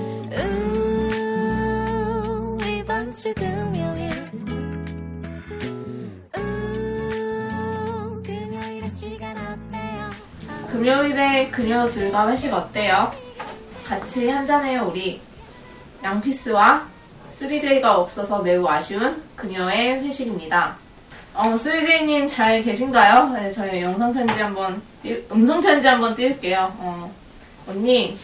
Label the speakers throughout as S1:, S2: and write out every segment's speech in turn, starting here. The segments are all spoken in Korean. S1: 음, 주 금요일 우 음, 금요일의 시간 어때요
S2: 금요일에 그녀 둘과 회식 어때요? 같이 한잔해요 우리 양피스와 3J가 없어서 매우 아쉬운 그녀의 회식입니다 어, 3J님 잘 계신가요? 네, 저희 영상편지 한번 띄- 음성편지 한번 띄울게요 어, 언니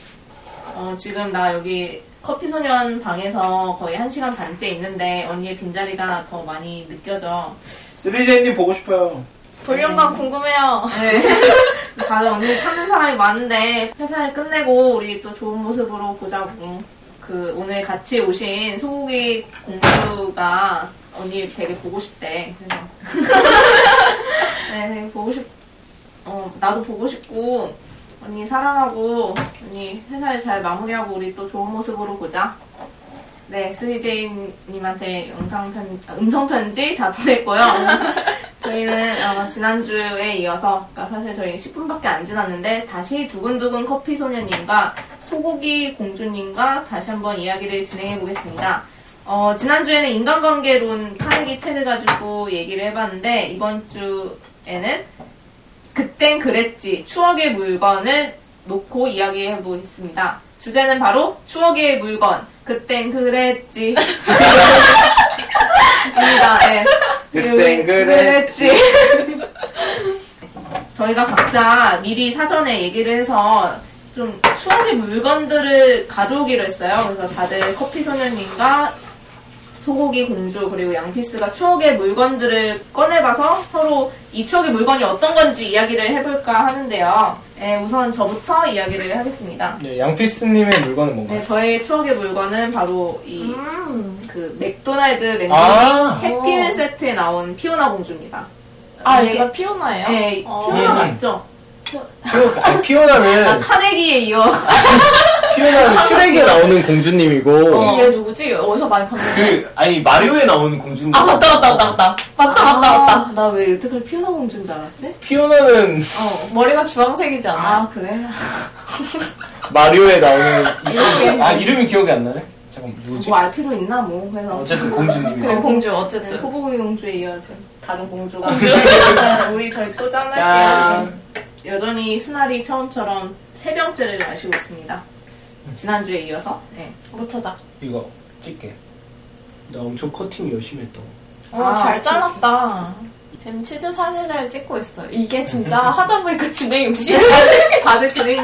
S2: 어, 지금 나 여기 커피소년 방에서 거의 1시간 반째 있는데 언니의 빈자리가 더 많이 느껴져
S3: 3J님 보고 싶어요.
S4: 볼륨감 궁금해요.
S2: 네. 다들 언니 찾는 사람이 많은데 회사에 끝내고 우리 또 좋은 모습으로 보자고. 그 오늘 같이 오신 소고기 공주가 언니 되게 보고 싶대. 그래서 네, 되게 보고 싶. 어, 나도 보고 싶고 언니 사랑하고 언니 회사에 잘 마무리하고 우리 또 좋은 모습으로 보자. 네, 스리제이님한테 영상 편, 아, 음성 편지 다 보냈고요. 저희는 어, 지난주에 이어서, 그러니까 사실 저희 10분밖에 안 지났는데 다시 두근두근 커피 소녀님과 소고기 공주님과 다시 한번 이야기를 진행해 보겠습니다. 어, 지난주에는 인간관계론 카네기 책을 가지고 얘기를 해봤는데 이번 주에는 그땐 그랬지 추억의 물건을 놓고 이야기해 보겠습니다. 주제는 바로 추억의 물건. 그땐 그랬지. 입니다. 네.
S3: 그땐 그랬지.
S2: 저희가 각자 미리 사전에 얘기를 해서 좀 추억의 물건들을 가져오기로 했어요. 그래서 다들 커피 소녀님과 소고기 공주 그리고 양피스가 추억의 물건들을 꺼내봐서 서로 이 추억의 물건이 어떤 건지 이야기를 해볼까 하는데요. 네, 우선 저부터 이야기를 하겠습니다.
S3: 네, 양피스님의 물건은 뭔가요?
S2: 네, 저의 추억의 물건은 바로 이 그
S4: 음.
S2: 맥도날드 맥도니
S3: 아.
S2: 해피맨 세트에 나온 피오나 공주입니다.
S4: 아,
S2: 이게-
S4: 얘가 피오나예요?
S2: 네,
S4: 어.
S2: 피오나
S3: 음.
S2: 맞죠?
S3: 피오, 아니, 피오나는,
S2: 아, 카네기에 이어
S3: 피오나는 트랙에 나오는 공주님이고,
S2: 어.
S4: 얘 누구지? 어디서 많이 봤는데?
S5: 그 아니 마리오에 나오는 공주님.
S4: 아, 맞다, 맞다, 맞다, 맞다. 맞다,
S2: 아.
S4: 맞다, 맞다.
S2: 나 왜 여태까지 피오나 공주인 줄 알았지?
S3: 피오나는
S2: 어.
S4: 머리가 주황색이지 않아?
S2: 아, 그래?
S3: 마리오에 나오는,
S2: 이렇게
S5: 아 이름이 기억이 안 나네. 잠깐 누구지?
S2: 뭐 알 필요 있나 뭐 그래서
S5: 어쨌든 공주님.
S4: 그래, 공주,
S2: 네,
S4: 어쨌든.
S2: 소고기 공주에 이어 지금 다른 공주가 네, 우리 저희 또 짠할게요. 여전히 순알이 처음처럼 세 병째를 마시고 있습니다. 지난주에 이어서 네.
S4: 못 찾아.
S5: 이거 찍게. 나 엄청 커팅 열심히 했다.
S4: 어,
S2: 아,
S4: 잘 잘랐다. 지금 치즈 사진을 찍고 있어. 이게 진짜 하다 보니까 진행이 무시.
S2: 다들 진행이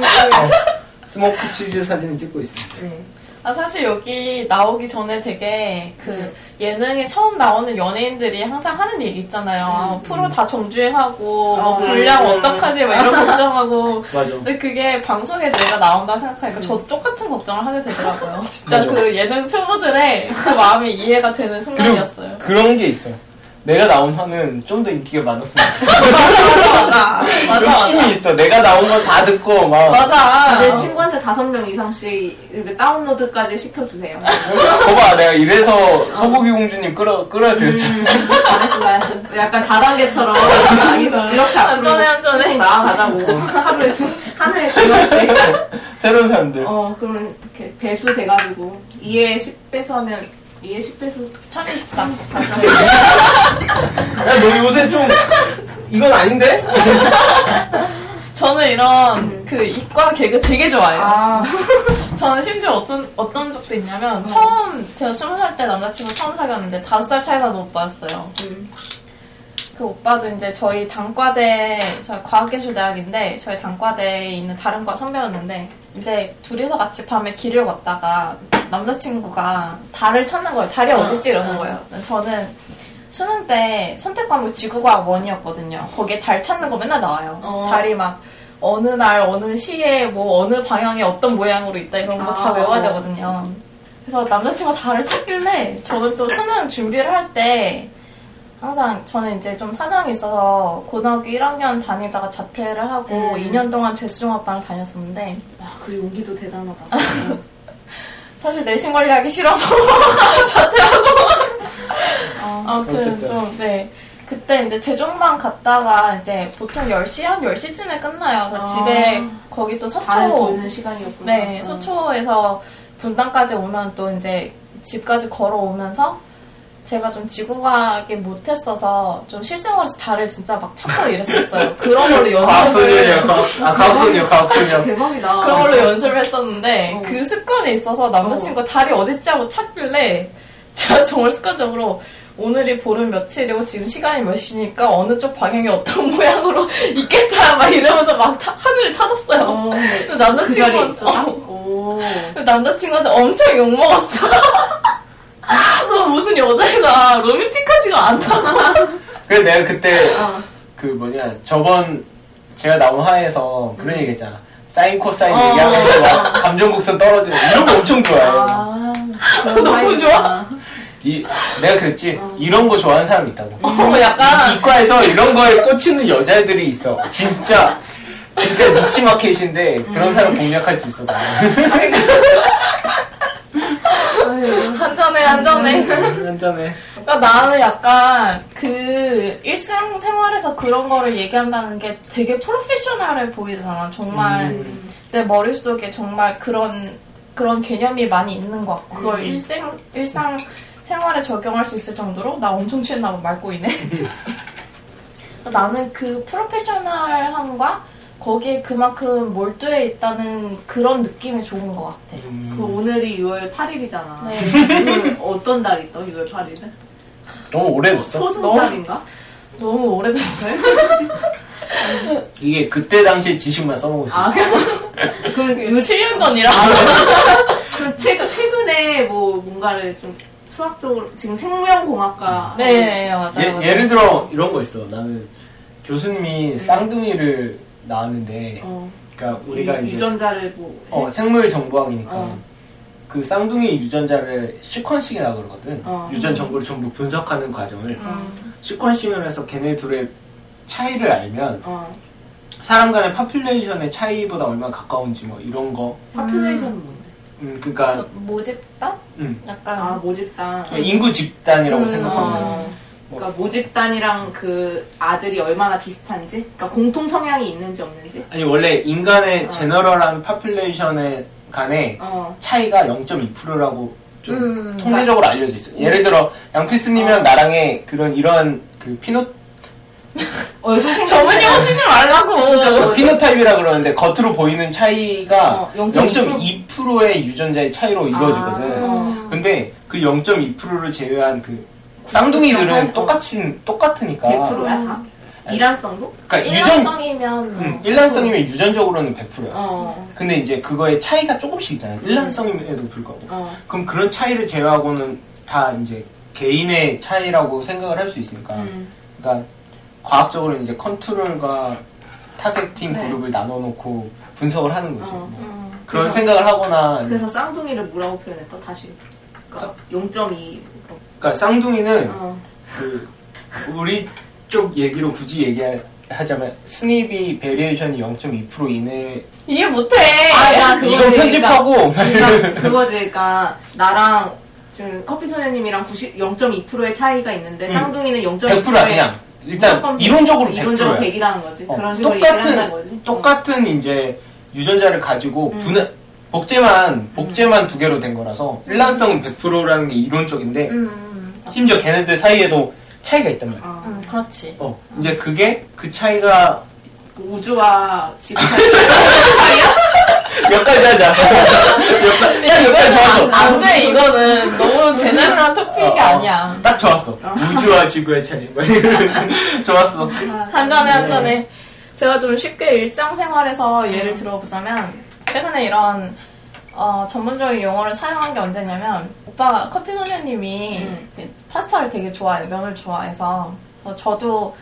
S5: 스모크 치즈 사진을 찍고 있습니다.
S4: 아, 사실 여기 나오기 전에 되게 그 예능에 처음 나오는 연예인들이 항상 하는 얘기 있잖아요. 아, 프로 다 정주행하고, 뭐
S2: 어,
S4: 분량
S5: 음.
S4: 어떡하지, 막 이런 걱정하고.
S5: 맞아.
S4: 근데 그게 방송에 내가 나온다 생각하니까 저도 똑같은 걱정을 하게 되더라고요. 진짜
S5: 맞아.
S4: 그 예능 초보들의 그 마음이 이해가 되는 순간이었어요.
S5: 그런 게 있어. 내가 나온 화는 좀 더 인기가 많았으면 좋겠어.
S4: 맞아, 맞아.
S5: 욕심이 있어. 내가 나온 거 다 듣고 막.
S4: 맞아.
S2: 내 친구한테 다섯 명 이상씩 이렇게 다운로드까지 시켜주세요.
S5: 거봐 내가 이래서 소고기 공주님 끌어 끌어야 되겠잖아.
S2: 잘했어, 잘했어. 약간 다단계처럼 아, 이- 이렇게 앞으로
S4: 한전에 한전에.
S2: 계속 나아가자고 하루에 두 하루에 두 번씩.
S4: 음.
S5: 새로운 사람들.
S2: 어, 그러면 이렇게 배수 돼가지고 2에 10배수 하면 2에 10배수
S4: 1023.
S2: 34배
S5: 야 너 요새 좀 이건 아닌데?
S4: 저는 이런 그 이과 개그 되게 좋아해요.
S2: 아,
S4: 저는 심지어 어떤, 어떤 적도 있냐면, 처음, 제가 스무 살 때 남자친구 처음 사귀었는데, 다섯 살 차이 나는 오빠였어요.
S2: 음.
S4: 그 오빠도 이제 저희 단과대, 저희 과학기술대학인데, 저희 단과대에 있는 다른 과 선배였는데, 이제 둘이서 같이 밤에 길을 걷다가, 남자친구가 달을 찾는 거예요.
S2: 아,
S4: 달이 어딨지? 이러는 거예요. 저는 수능 때 선택 과목 지구과학 원이었거든요. 거기에 달 찾는 거 맨날 나와요.
S2: 어.
S4: 달이 막 어느 날 어느 시에 뭐 어느 방향에 어떤 모양으로 있다 이런 거 다
S2: 아.
S4: 외워야 되거든요. 그래서 남자친구가 달을 찾길래 저는 또 수능 준비를 할 때 항상 저는 이제 좀 사정이 있어서 고등학교 1학년 다니다가 자퇴를 하고
S2: 음.
S4: 2년 동안 재수종합반을 다녔었는데
S2: 아, 그 용기도 대단하다.
S4: 사실 내신 관리하기 싫어서 자퇴하고 아무튼
S5: 어쨌든.
S4: 좀 네. 그때 이제 제종만 갔다가 이제 보통 10시 한 10시쯤에 끝나요. 그래서
S2: 아.
S4: 집에 거기 또
S2: 다
S4: 서초
S2: 보는 시간이었구나. 아.
S4: 네, 서초에서 분당까지 오면 또 이제 집까지 걸어오면서 제가 좀 지구과학에 못했어서 좀 실생활에서 달을 진짜 막 찾고 이랬었어요. 그런 걸로
S5: 과학소녀냐,
S4: 연습을
S5: 과학, 아, 과학소녀, 과학소녀.
S2: 대박이다. 아,
S4: 그런 걸로 연습을 했었는데
S2: 어.
S4: 그 습관에 있어서 남자친구 달이 어딨지 하고 찾길래 제가 정말 습관적으로 오늘이 보름 며칠이고 지금 시간이 몇 시니까 어느 쪽 방향이 어떤 모양으로 있겠다 막 이러면서 막 타- 하늘을 찾았어요.
S2: 어, 네.
S4: 근데
S2: 그 자리에
S4: 남자친구
S2: 있어.
S4: 어,
S2: 오.
S4: 남자친구한테 엄청 욕 먹었어. 너 무슨 여자애가 로맨틱하지가 않다고.
S5: 그래서 내가 그때
S2: 어.
S5: 그 뭐냐 저번 제가 나온 화에서 그런
S4: 음.
S5: 얘기 했잖아 사인 코사인
S2: 어.
S5: 얘기하면서 막 감정곡선 떨어지는 이런 거 엄청 좋아해요
S2: 아,
S4: 너무 좋아.
S5: 이, 내가 그랬지 이런 거 좋아하는 사람 있다고
S4: 어, 약간
S5: 이과에서 이런 거에 꽂히는 여자애들이 있어 진짜 진짜 니치 마켓인데 그런 사람 공략할 수 있어 나는
S2: 아유.
S4: 한 잔에 한
S2: 음.
S4: 잔에.
S5: 한 잔에
S4: 그러니까 나는 약간 그 일상생활에서 그런 거를 얘기한다는 게 되게 프로페셔널해 보이잖아. 정말
S2: 음.
S4: 내 머릿속에 정말 그런 그런 개념이 많이 있는 것 같고 그걸
S2: 음.
S4: 일생 일상 생활에 적용할 수 있을 정도로 나 엄청 취했나 봐 말꼬이네. 나는 그 프로페셔널함과 거기에 그만큼 몰두해 있다는 그런 느낌이 좋은 것 같아.
S2: 그 오늘이 6월 8일이잖아.
S4: 네.
S2: 어떤 달이 또 6월 8일은?
S5: 너무 오래됐어
S2: 소중달인가?
S4: 너무 오래됐어요.
S5: 이게 그때 당시에 지식만 써먹을 수 있어
S2: 아, 그럼
S4: 7년 전이라.
S2: 아. 그 최근 최근에 뭐 뭔가를 좀 수학적으로 지금 생명공학과
S4: 네, 맞아요. 맞아요.
S5: 예, 예를 들어 이런 거 있어. 나는 교수님이 쌍둥이를 낳았는데,
S2: 어,
S5: 그러니까 우리가
S2: 유,
S5: 이제
S2: 유전자를 뭐
S5: 어, 생물 정보학이니까
S2: 어.
S5: 그 쌍둥이 유전자를 시퀀싱이라고 그러거든.
S2: 어.
S5: 유전 정보를 전부 분석하는 과정을
S4: 음.
S5: 시퀀싱을 해서 걔네 둘의 차이를 알면
S2: 어,
S5: 사람 간의 파퓰레이션의 차이보다 얼마나 가까운지 뭐 이런 거.
S2: 파퓰레이션은 뭔데?
S5: 음, 그러니까
S4: 모집단?
S5: 음,
S4: 약간
S2: 아 모집단.
S5: 그냥 인구 집단이라고
S4: 음,
S5: 생각하면
S2: 어. 그러니까 모집단이랑 그 아들이 얼마나 비슷한지, 그러니까 공통 성향이 있는지 없는지.
S5: 아니 원래 인간의
S2: 어.
S5: 제너럴한 파퓰레이션에 간에
S2: 어,
S5: 차이가 0.2%라고 좀
S4: 음,
S5: 통계적으로 알려져 있어요. 예를 들어 양피스님이랑 나랑의 그런 이런 그 피노
S2: 얼굴 어, 생각.
S4: 전문용어 쓰지 말라고.
S5: 피노타입이라 그러는데 겉으로 보이는 차이가
S2: 어, 0.2%?
S5: 0.2%의 유전자의 차이로 이루어지거든.
S2: 아.
S5: 근데 그 0.2%를 제외한 그 쌍둥이들은
S2: 어.
S5: 똑같이 똑같으니까
S2: 100%야 다.
S5: 아. 아니.
S2: 일란성도?
S5: 그러니까 유전
S4: 일란성이면
S5: 음, 일란성이면 유전적으로는 100%야.
S2: 어,
S5: 근데 이제 그거의 차이가 조금씩 있잖아. 요 일란성임에도 불구하고.
S2: 어,
S5: 그럼 그런 차이를 제외하고는 다 이제 개인의 차이라고 생각을 할 수 있으니까.
S2: 음,
S5: 그러니까 과학적으로 이제 컨트롤과 타겟팅
S2: 네.
S5: 그룹을 나눠놓고 분석을 하는 거죠.
S2: 어.
S5: 뭐
S4: 음.
S5: 그런
S2: 그래서-
S5: 생각을 하거나
S2: 그래서 쌍둥이를 뭐라고 표현했어? 다시. 그러니까 0.2.
S5: 그러니까 쌍둥이는
S2: 어,
S5: 그 우리 쪽 얘기로 굳이 얘기하자면 스닙이 베리에이션이 0.2% 이내
S4: 이해 못해. 예.
S2: 아, 그거지.
S5: 이건 편집하고
S2: 그러니까 그거지. 그러니까 나랑 지금 커피 소녀님이랑 90, 0.2%의 차이가 있는데
S5: 음.
S2: 쌍둥이는
S5: 100%야
S2: 0.2%의
S5: 그냥 일단 이론적으로 100%야
S2: 이론적으로 100이라는 거지.
S5: 어,
S2: 그런 식으로 얘기를
S5: 똑같은
S2: 한다는 거지.
S5: 똑같은 이제 유전자를 가지고
S2: 음.
S5: 분해 복제만 복제만 두 개로 된 거라서
S2: 음.
S5: 일란성은 100%라는 게 이론적인데
S4: 음, 음.
S5: 심지어 걔네들 사이에도 차이가 있단 말이야.
S2: 어.
S4: 음, 그렇지.
S5: 어, 이제 그게 그 차이가
S2: 그 우주와 지구 차이야?
S5: 몇 가지 하자. 몇 가지, 딱 여기까지 좋았어.
S4: 안 돼, 이거는 음. 너무 제네럴한 토픽이
S5: 어, 어.
S4: 아니야.
S5: 딱 좋았어. 우주와 지구의 차이. 뭐 이런. 좋았어.
S4: 한 잔에 한 잔에. 제가 좀 쉽게 일상생활에서 예를 들어보자면, 최근에 이런 어, 전문적인 용어를 사용한 게 언제냐면, 오빠 커피 소녀님이
S2: 음.
S4: 이제 파스타를 되게 좋아해요. 면을 좋아해서. 그래서 저도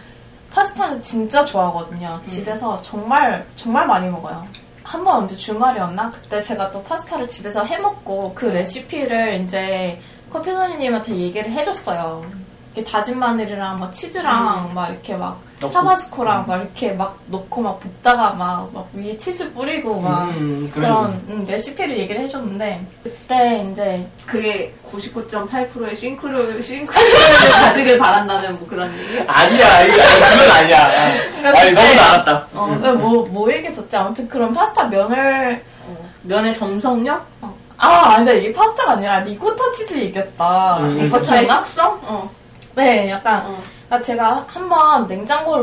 S4: 파스타는 진짜 좋아하거든요. 집에서 정말, 정말 많이 먹어요. 한 번 언제 주말이었나? 그때 제가 또 파스타를 집에서 해먹고 그 레시피를 이제 커피 소녀님한테 얘기를 해줬어요. 이렇게 다진 마늘이랑 막 치즈랑 막 이렇게 막
S5: 넣고.
S4: 타바스코랑 막 이렇게 막 넣고 막 볶다가 막, 막 위에 치즈 뿌리고 막
S5: 음, 그래.
S4: 그런 음, 레시피를 얘기를 해줬는데 그때 이제
S2: 그게 99.8%의 싱크로 싱크로를 가지길 바란다는 뭐 그런 얘기?
S5: 아니야, 이거, 그건 아니야.
S4: 그러니까
S5: 아니, 너무
S4: 그때-
S5: 나갔다.
S4: 어, 뭐, 뭐 얘기했었지? 아무튼 그런 파스타 면을
S2: 어, 면의 점성력?
S4: 어, 아, 아니, 근데 이게 파스타가 아니라 리코타 치즈 얘기했다.
S3: 음.
S2: 리코타의
S4: 기억나?
S2: 숙성? 어.
S4: 네, 약간.
S2: 어.
S4: 아, 제가 한번 냉장고를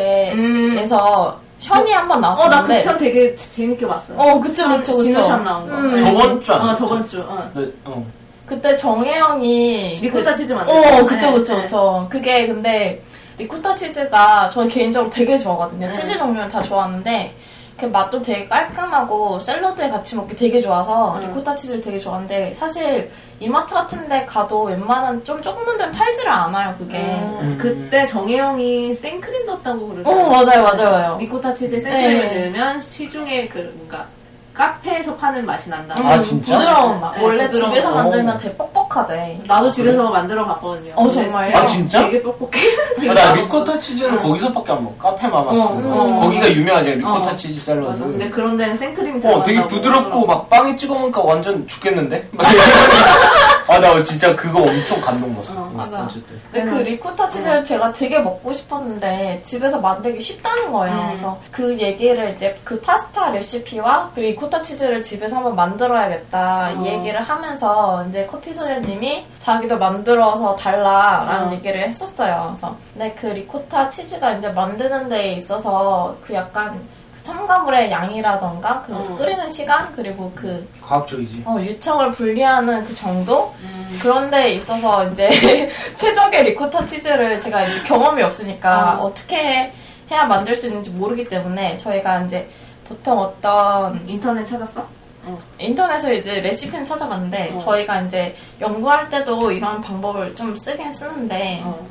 S2: 음.
S4: 부탁해에서 션이 한번
S2: 어, 나 그
S4: 나왔었는데.
S2: 편 되게 재밌게 봤어.
S4: 어, 그쵸, 그쵸, 그쵸.
S2: 진우샵 나온 거.
S4: 음.
S5: 저번 주 아니었죠?
S2: 어, 저번 주. 어.
S5: 네, 어.
S4: 그때 정혜영이.
S2: 리코타
S4: 그,
S2: 치즈 네, 만들
S4: 어, 그쵸, 그쵸, 그쵸. 그게 근데 리코타 치즈가 저 개인적으로 되게 좋아하거든요.
S2: 네.
S4: 치즈 종류는 다 좋아하는데. 그 맛도 되게 깔끔하고 샐러드에 같이 먹기 되게 좋아서
S2: 음.
S4: 리코타 치즈를 되게 좋아하는데 사실 이마트 같은 데 가도 웬만한 좀 조그만 데는 팔지를 않아요 그게
S5: 음.
S2: 어. 그때 정혜영이 생크림 넣었다고 그러죠.
S4: 어 맞아요 맞아요 맞아요
S2: 리코타 치즈 생크림을
S4: 네.
S2: 넣으면 시중에 그 뭔가 카페에서 파는 맛이 난다.
S5: 아, 진짜?
S4: 부드러운 맛.
S2: 네,
S4: 원래
S2: 부드러운
S4: 집에서
S5: 맛.
S4: 만들면 되게 뻑뻑하대.
S2: 나도 집에서 만들어 봤거든요.
S4: 어,
S2: 근데
S4: 정말요?
S2: 되게-
S5: 아, 진짜?
S2: 되게 뻑뻑해.
S5: 아, 나 리코타 치즈는 거기서밖에 안 먹어. 카페 마마스.
S2: 어,
S4: 어.
S5: 거기가 유명하잖아. 리코타
S2: 어.
S5: 치즈
S2: 맞아.
S5: 샐러드.
S2: 근데 그런 데는 생크림 들어간다고.
S5: 어, 되게 부드럽고
S2: 그러더라고.
S5: 막 빵에 찍어 먹으니까 완전 죽겠는데? 아, 나 진짜 그거 엄청 감동받았어.
S2: 어,
S4: 맞아.
S5: 어쨌든.
S2: 네.
S4: 근데 그 리코타 치즈를 제가 되게 먹고 싶었는데 집에서 만들기 쉽다는 거예요.
S2: 음.
S4: 그래서 그 얘기를 이제 그 파스타 레시피와 그 리코타 치즈를 집에서 한번 만들어야겠다
S2: 어.
S4: 이 얘기를 하면서 이제 커피 소녀님이 자기도 만들어서 달라라는
S2: 어.
S4: 얘기를 했었어요. 그래서 근데 그 리코타 치즈가 이제 만드는 데 있어서 그 약간 그 첨가물의 양이라던가 그
S2: 어.
S4: 끓이는 시간 그리고 그
S5: 과학적이지.
S4: 어, 유청을 분리하는 그 정도?
S2: 음.
S4: 그런데 있어서 이제 최적의 리코타 치즈를 제가 이제 경험이 없으니까
S2: 어.
S4: 어. 떻게 해야 만들 수 있는지 모르기 때문에 저희가 이제 보통 어떤
S2: 인터넷 찾았어?
S4: 인터넷을 이제 레시피는 찾아봤는데
S2: 어.
S4: 저희가 이제 연구할 때도 이런 방법을 좀 쓰긴 쓰는데
S2: 어.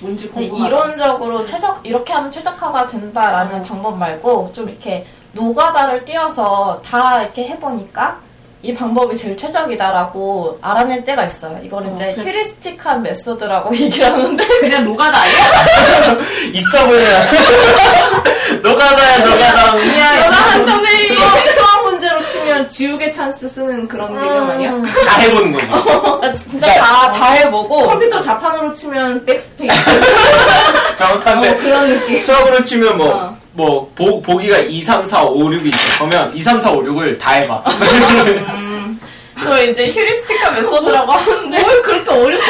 S2: 뭔지
S4: 네. 근데
S2: 궁금하다.
S4: 이론적으로 최적 이렇게 하면 최적화가 된다라는
S2: 어.
S4: 방법 말고 좀 이렇게 노가다를 띄어서 다 이렇게 해보니까 이 방법이 제일 최적이다라고 알아낼 때가 있어요. 이거는
S2: 어,
S4: 이제
S2: 그래. 어,
S4: 휴리스틱한 메소드라고 얘기를 하는데
S2: 그냥 노가다 아니야?
S5: 있어 보여야. 너가다야, 너가다.
S2: 그냥
S4: 연하 한정이
S2: 수학 문제로 치면 지우개 찬스 쓰는 그런 개념 아니야?
S5: 다 해보는 거지.
S4: 어, 진짜 다 다 해보고
S2: 네. 컴퓨터 자판으로 치면 백스페이스
S5: 정확한데.
S2: 어, 그런 느낌.
S5: 수학으로 치면 뭐,
S2: 어.
S5: 뭐, 보, 보기가 2, 3, 4, 5, 6이 있어. 그러면 2, 3, 4, 5, 6을 다 해봐.
S4: 저 이제 휴리스틱한 메소드라고 하는데
S2: 뭘 그렇게 어렵게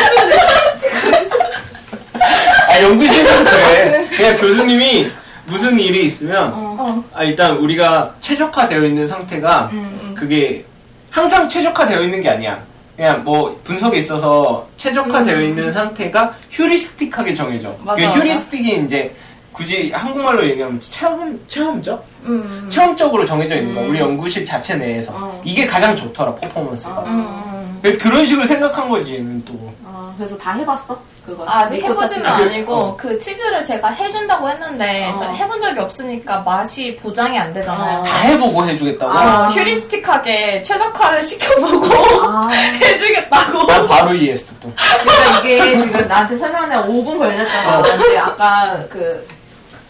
S5: 아, 연구실에서 그래. 그냥 교수님이 무슨 일이 있으면,
S4: 어.
S5: 아, 일단 우리가 최적화되어 있는 상태가, 그게 항상 최적화되어 있는 게 아니야. 그냥 뭐 분석에 있어서 최적화되어 있는 상태가 휴리스틱하게 정해져.
S4: 맞아,
S5: 그
S4: 맞아.
S5: 휴리스틱이 이제 굳이 한국말로 얘기하면 체험, 체험적?
S4: 음.
S5: 체험적으로 정해져 있는 거야. 우리 연구실 자체 내에서.
S2: 어.
S5: 이게 가장 좋더라, 퍼포먼스가.
S2: 어.
S4: 음.
S5: 왜 그런 식으로 생각한 거지 얘는 또.
S2: 아, 그래서 다 해봤어? 그거.
S4: 아, 아직
S2: 리코타
S4: 해보지는
S2: 치즈.
S4: 아니고
S5: 어.
S4: 그 치즈를 제가 해준다고 했는데
S2: 어.
S4: 저 해본 적이 없으니까 맛이 보장이 안 되잖아요.
S2: 어.
S5: 다 해보고 해주겠다고.
S4: 아, 휴리스틱하게 최적화를 시켜보고
S2: 아,
S4: 해주겠다고.
S5: 난 바로 이해했어 또.
S2: 그러니까 이게 지금 나한테 설명하는 5분 걸렸잖아. 근데 아까 그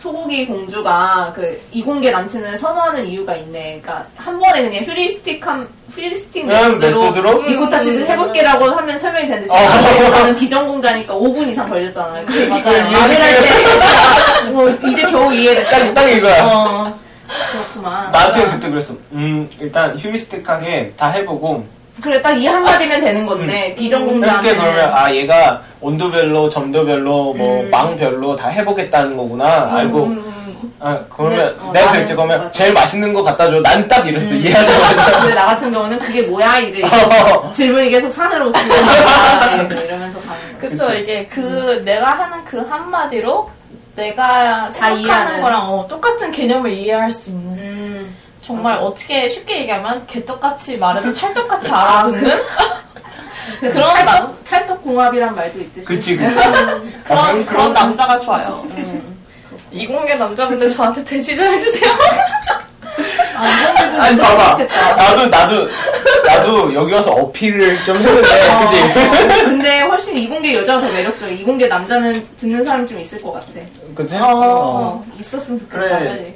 S2: 소고기 공주가 그 이공계 남친을 선호하는 이유가 있네. 그러니까 한 번에 그냥 휴리스틱한 휴리스틱 메소드로
S5: 음, 메소드로?
S2: 리코타 치즈 해볼게라고 하면 설명이 되는데 지금
S5: 어.
S2: 나한테 나는 비전공자니까 5분 이상 걸렸잖아. 그게
S4: 맞아요.
S2: 말을 할때 뭐 이제 겨우 이해됐다.
S5: 딱 이거야.
S2: 어. 그렇구만.
S5: 음. 나한테는 그때 그랬어. 음 일단 휴리스틱하게 다 해보고
S2: 그래 딱 이 한마디면 되는 건데
S5: 이렇게
S2: 네, 비전공자한테는
S5: 음. 그러면 아 얘가 온도별로 점도별로 뭐
S2: 음.
S5: 망별로 다 해보겠다는 거구나 알고 아, 그러면
S2: 네, 어,
S5: 내가
S2: 나는-
S5: 그랬지 그러면
S2: 맞아. 음.
S5: 제일 맛있는 거 갖다 줘. 난 딱 이랬어 이해하자마자.
S2: 근데 나 같은 경우는 그게 뭐야 이제 질문이 계속 산으로 오고 네, 이러면서 가는 거야.
S4: 그쵸, 이게 그
S2: 음.
S4: 내가 하는 그 한마디로 내가 생각하는
S2: 이해하는.
S4: 거랑 어, 똑같은 개념을 이해할 수 있는
S2: 음,
S4: 정말 어떻게 쉽게 얘기하면 개떡같이
S2: 그
S4: 말해도 찰떡같이 알아듣는
S2: 그래서
S4: 그런
S2: 찰떡, 찰떡궁합이란 말도 있듯이.
S5: 그치 그치.
S4: 그런,
S5: 아,
S4: 그런, 남자가 좋아요.
S2: 음.
S4: 음. 이공계 남자분들 저한테 대시 좀 해주세요.
S2: 아, 이런 부분
S5: 아니
S2: 진짜
S5: 봐봐.
S2: 좋겠다.
S5: 나도 나도 나도 여기 와서 어필을 좀 했는데
S2: 어,
S5: 그치.
S2: 근데 훨씬 이공계 여자가 더 매력적이야. 이공계 남자는 듣는 사람 좀 있을 것 같아.
S5: 그치?
S4: 어.
S2: 어, 있었으면 좋겠다. 네.
S5: 그래.
S2: 빨리.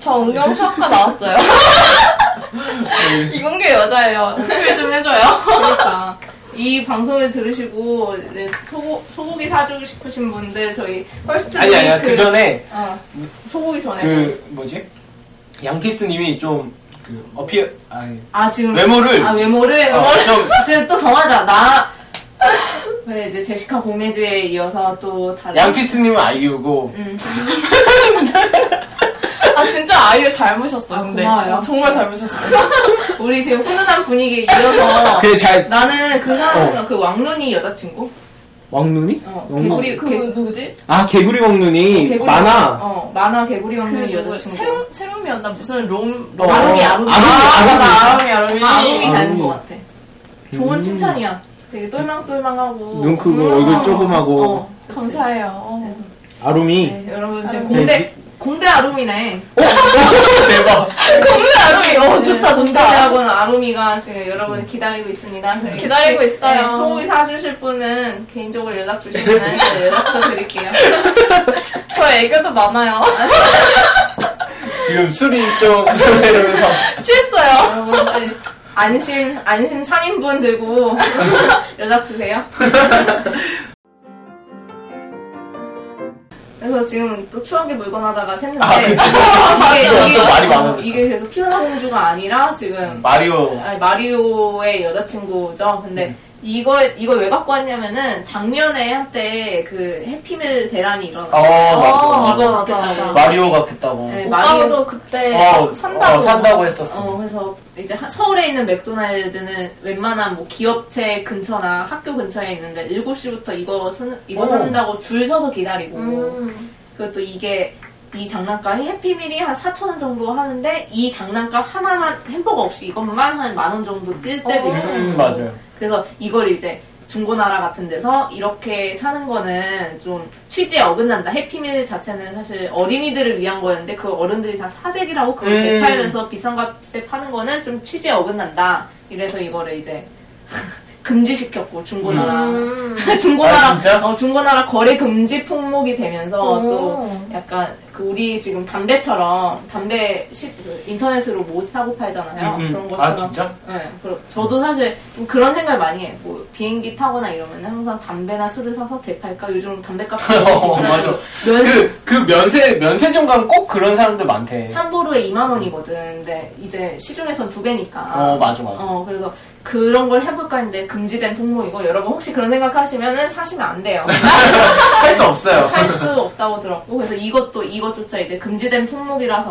S4: 저 응용수학과 나왔어요. 이공계 여자예요. 어필 좀 해줘요.
S2: 그러니까 이 방송을 들으시고 이제 소고, 소고기 사주고 싶으신 분들 저희 퍼스트
S5: 아니 아니야 그
S2: 링크-
S5: 전에
S2: 아, 어, 소고기 전에
S5: 그 뭐지? 양키스님이 좀 그 어필 아니
S2: 아 지금
S5: 외모를.
S2: 아 외모를
S5: 어,
S2: 외모를
S5: 좀-
S2: 지금 또 정하자 나 그래 이제 제시카 고메즈에 이어서 또 다른
S5: 양피스님은 아이유고
S2: 음.
S4: 아 진짜 아이를 닮으셨어.
S2: 아,
S4: 근데
S2: 고마워요.
S4: 어, 정말 닮으셨어.
S2: 우리 지금 훈훈한 분위기에
S5: 아,
S2: 이어서
S3: 그게 어. 잘
S2: 나는 그 사람 그 왕눈이 여자친구
S3: 왕눈이?
S2: 어
S3: 왕눈?
S2: 개구리
S4: 그
S2: 개-
S4: 누구지?
S3: 아 개구리 왕눈이
S2: 개구리
S3: 만화
S2: 어 만화 개구리
S4: 그
S2: 왕눈이
S4: 누구?
S2: 여자친구
S4: 세롬 세롬이었나 무슨 롬
S3: 어.
S4: 롬.
S2: 아롬이 아롬이
S3: 아롬이,
S2: 아,
S5: 아롬이 아롬이
S2: 아, 아롬이 닮은
S3: 아롬이.
S2: 것 같아 좋은
S3: 음.
S2: 칭찬이야 되게 똘망똘망하고
S3: 눈 크고 얼굴 조그마고
S2: 어, 감사
S4: 감사해요.
S3: 아롬이
S2: 네, 여러분 지금
S4: 아롬이.
S2: 공대 공대 아롬이네
S5: 어, 대박
S4: 공대 아름이 어
S2: 좋다 네, 여러분 아로미가 지금 여러분 기다리고 있습니다. 그리고
S4: 기다리고 있어요.
S2: 네, 소고기 사주실 분은 개인적으로 연락 주시면 연락처 드릴게요.
S4: 저 애교도 많아요.
S5: 지금 술이 좀 이러면서
S4: 취했어요.
S2: 여러분 빨리 안심 안심 3인분 들고 연락 주세요. 그래서 지금 또 추억의 물건 하다가 샜는데
S5: 아, 그
S2: 이게,
S5: 추억이 완전 말이
S2: 어,
S5: 많아졌어.
S2: 이게 그래서 피오나 공주가 아니라 지금
S5: 마리오
S2: 아니, 마리오의 여자친구죠. 근데
S5: 음.
S2: 이거 이걸 왜 갖고 왔냐면은 작년에 한때 그 해피밀 대란이
S5: 어
S2: 일어났어요.
S5: 맞아
S2: 이거
S4: 맞아, 맞아.
S2: 같겠다.
S5: 마리오 같겠다고
S2: 네, 마리오.
S4: 오빠도 그때
S5: 어,
S4: 산다고.
S5: 어, 산다고 했었어
S2: 어 그래서 이제 하- 서울에 있는 맥도날드는 웬만한 뭐 기업체 근처나 학교 근처에 있는데 7시부터 이거 산 이거
S5: 오.
S2: 산다고 줄 서서 기다리고
S4: 음.
S2: 그리고 또 이게 이 장난감이 해피밀이 한 4천 원 정도 하는데 이 장난감 하나만 햄버거 없이 이것만 한 만 원 정도 뜰 때도
S4: 어.
S2: 있어요.
S5: 음, 맞아요
S2: 그래서 이걸 이제 중고나라 같은 데서 이렇게 사는 거는 좀 취지에 어긋난다. 해피밀 자체는 사실 어린이들을 위한 거였는데 그 어른들이 다 사재기라고 그걸
S5: 음.
S2: 대파이면서 비싼 값에 파는 거는 좀 취지에 어긋난다. 이래서 이거를 이제 금지시켰고 중고나라
S4: 음.
S2: 중고나라
S5: 아, 진짜?
S2: 어, 중고나라 거래 금지 품목이 되면서
S4: 오.
S2: 또 약간 그 우리 지금 담배처럼 담배 시- 그 인터넷으로 못 사고 팔잖아요.
S5: 음, 음.
S2: 그런 것처럼
S5: 아 진짜?
S2: 네, 그럼 저도 사실 좀 그런 생각 많이 해요. 뭐 비행기 타거나 이러면 항상 담배나 술을 사서 대팔까? 요즘 담배값이
S5: 어, 맞아.
S2: 비싸서 면
S5: 그, 그 면세, 면세점 가면 꼭 그런 사람들 많대.
S2: 함부로에 2만 원이거든. 근데 이제 시중에선 두 배니까.
S5: 어, 맞아, 맞아.
S2: 어, 그래서 그런 걸 해볼까 했는데 금지된 품목이고 여러분 혹시 그런 생각하시면은 사시면 안 돼요.
S5: 할 수 없어요.
S2: 할 수 없다고 들었고 그래서 이것도 이것조차 이제 금지된 품목이라서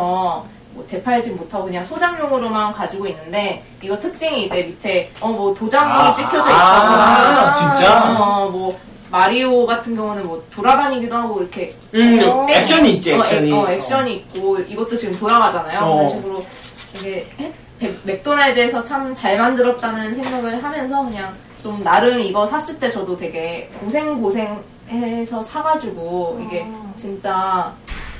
S2: 뭐 대팔지 못하고 그냥 소장용으로만 가지고 있는데 이거 특징이 이제 밑에 어 뭐 도장이 찍혀져 있다거나
S5: 아, 진짜?
S2: 어 뭐 마리오 같은 경우는 뭐 돌아다니기도 하고 이렇게
S5: 음,
S4: 어.
S5: 액션이 있지, 액션이.
S2: 어, 액- 어, 액션이 있고 이것도 지금 돌아가잖아요 그런
S5: 어.
S2: 식으로 이게 백- 맥도날드에서 참 잘 만들었다는 생각을 하면서 그냥 좀 나름 이거 샀을 때 저도 되게 고생 고생 해서 사가지고 이게 진짜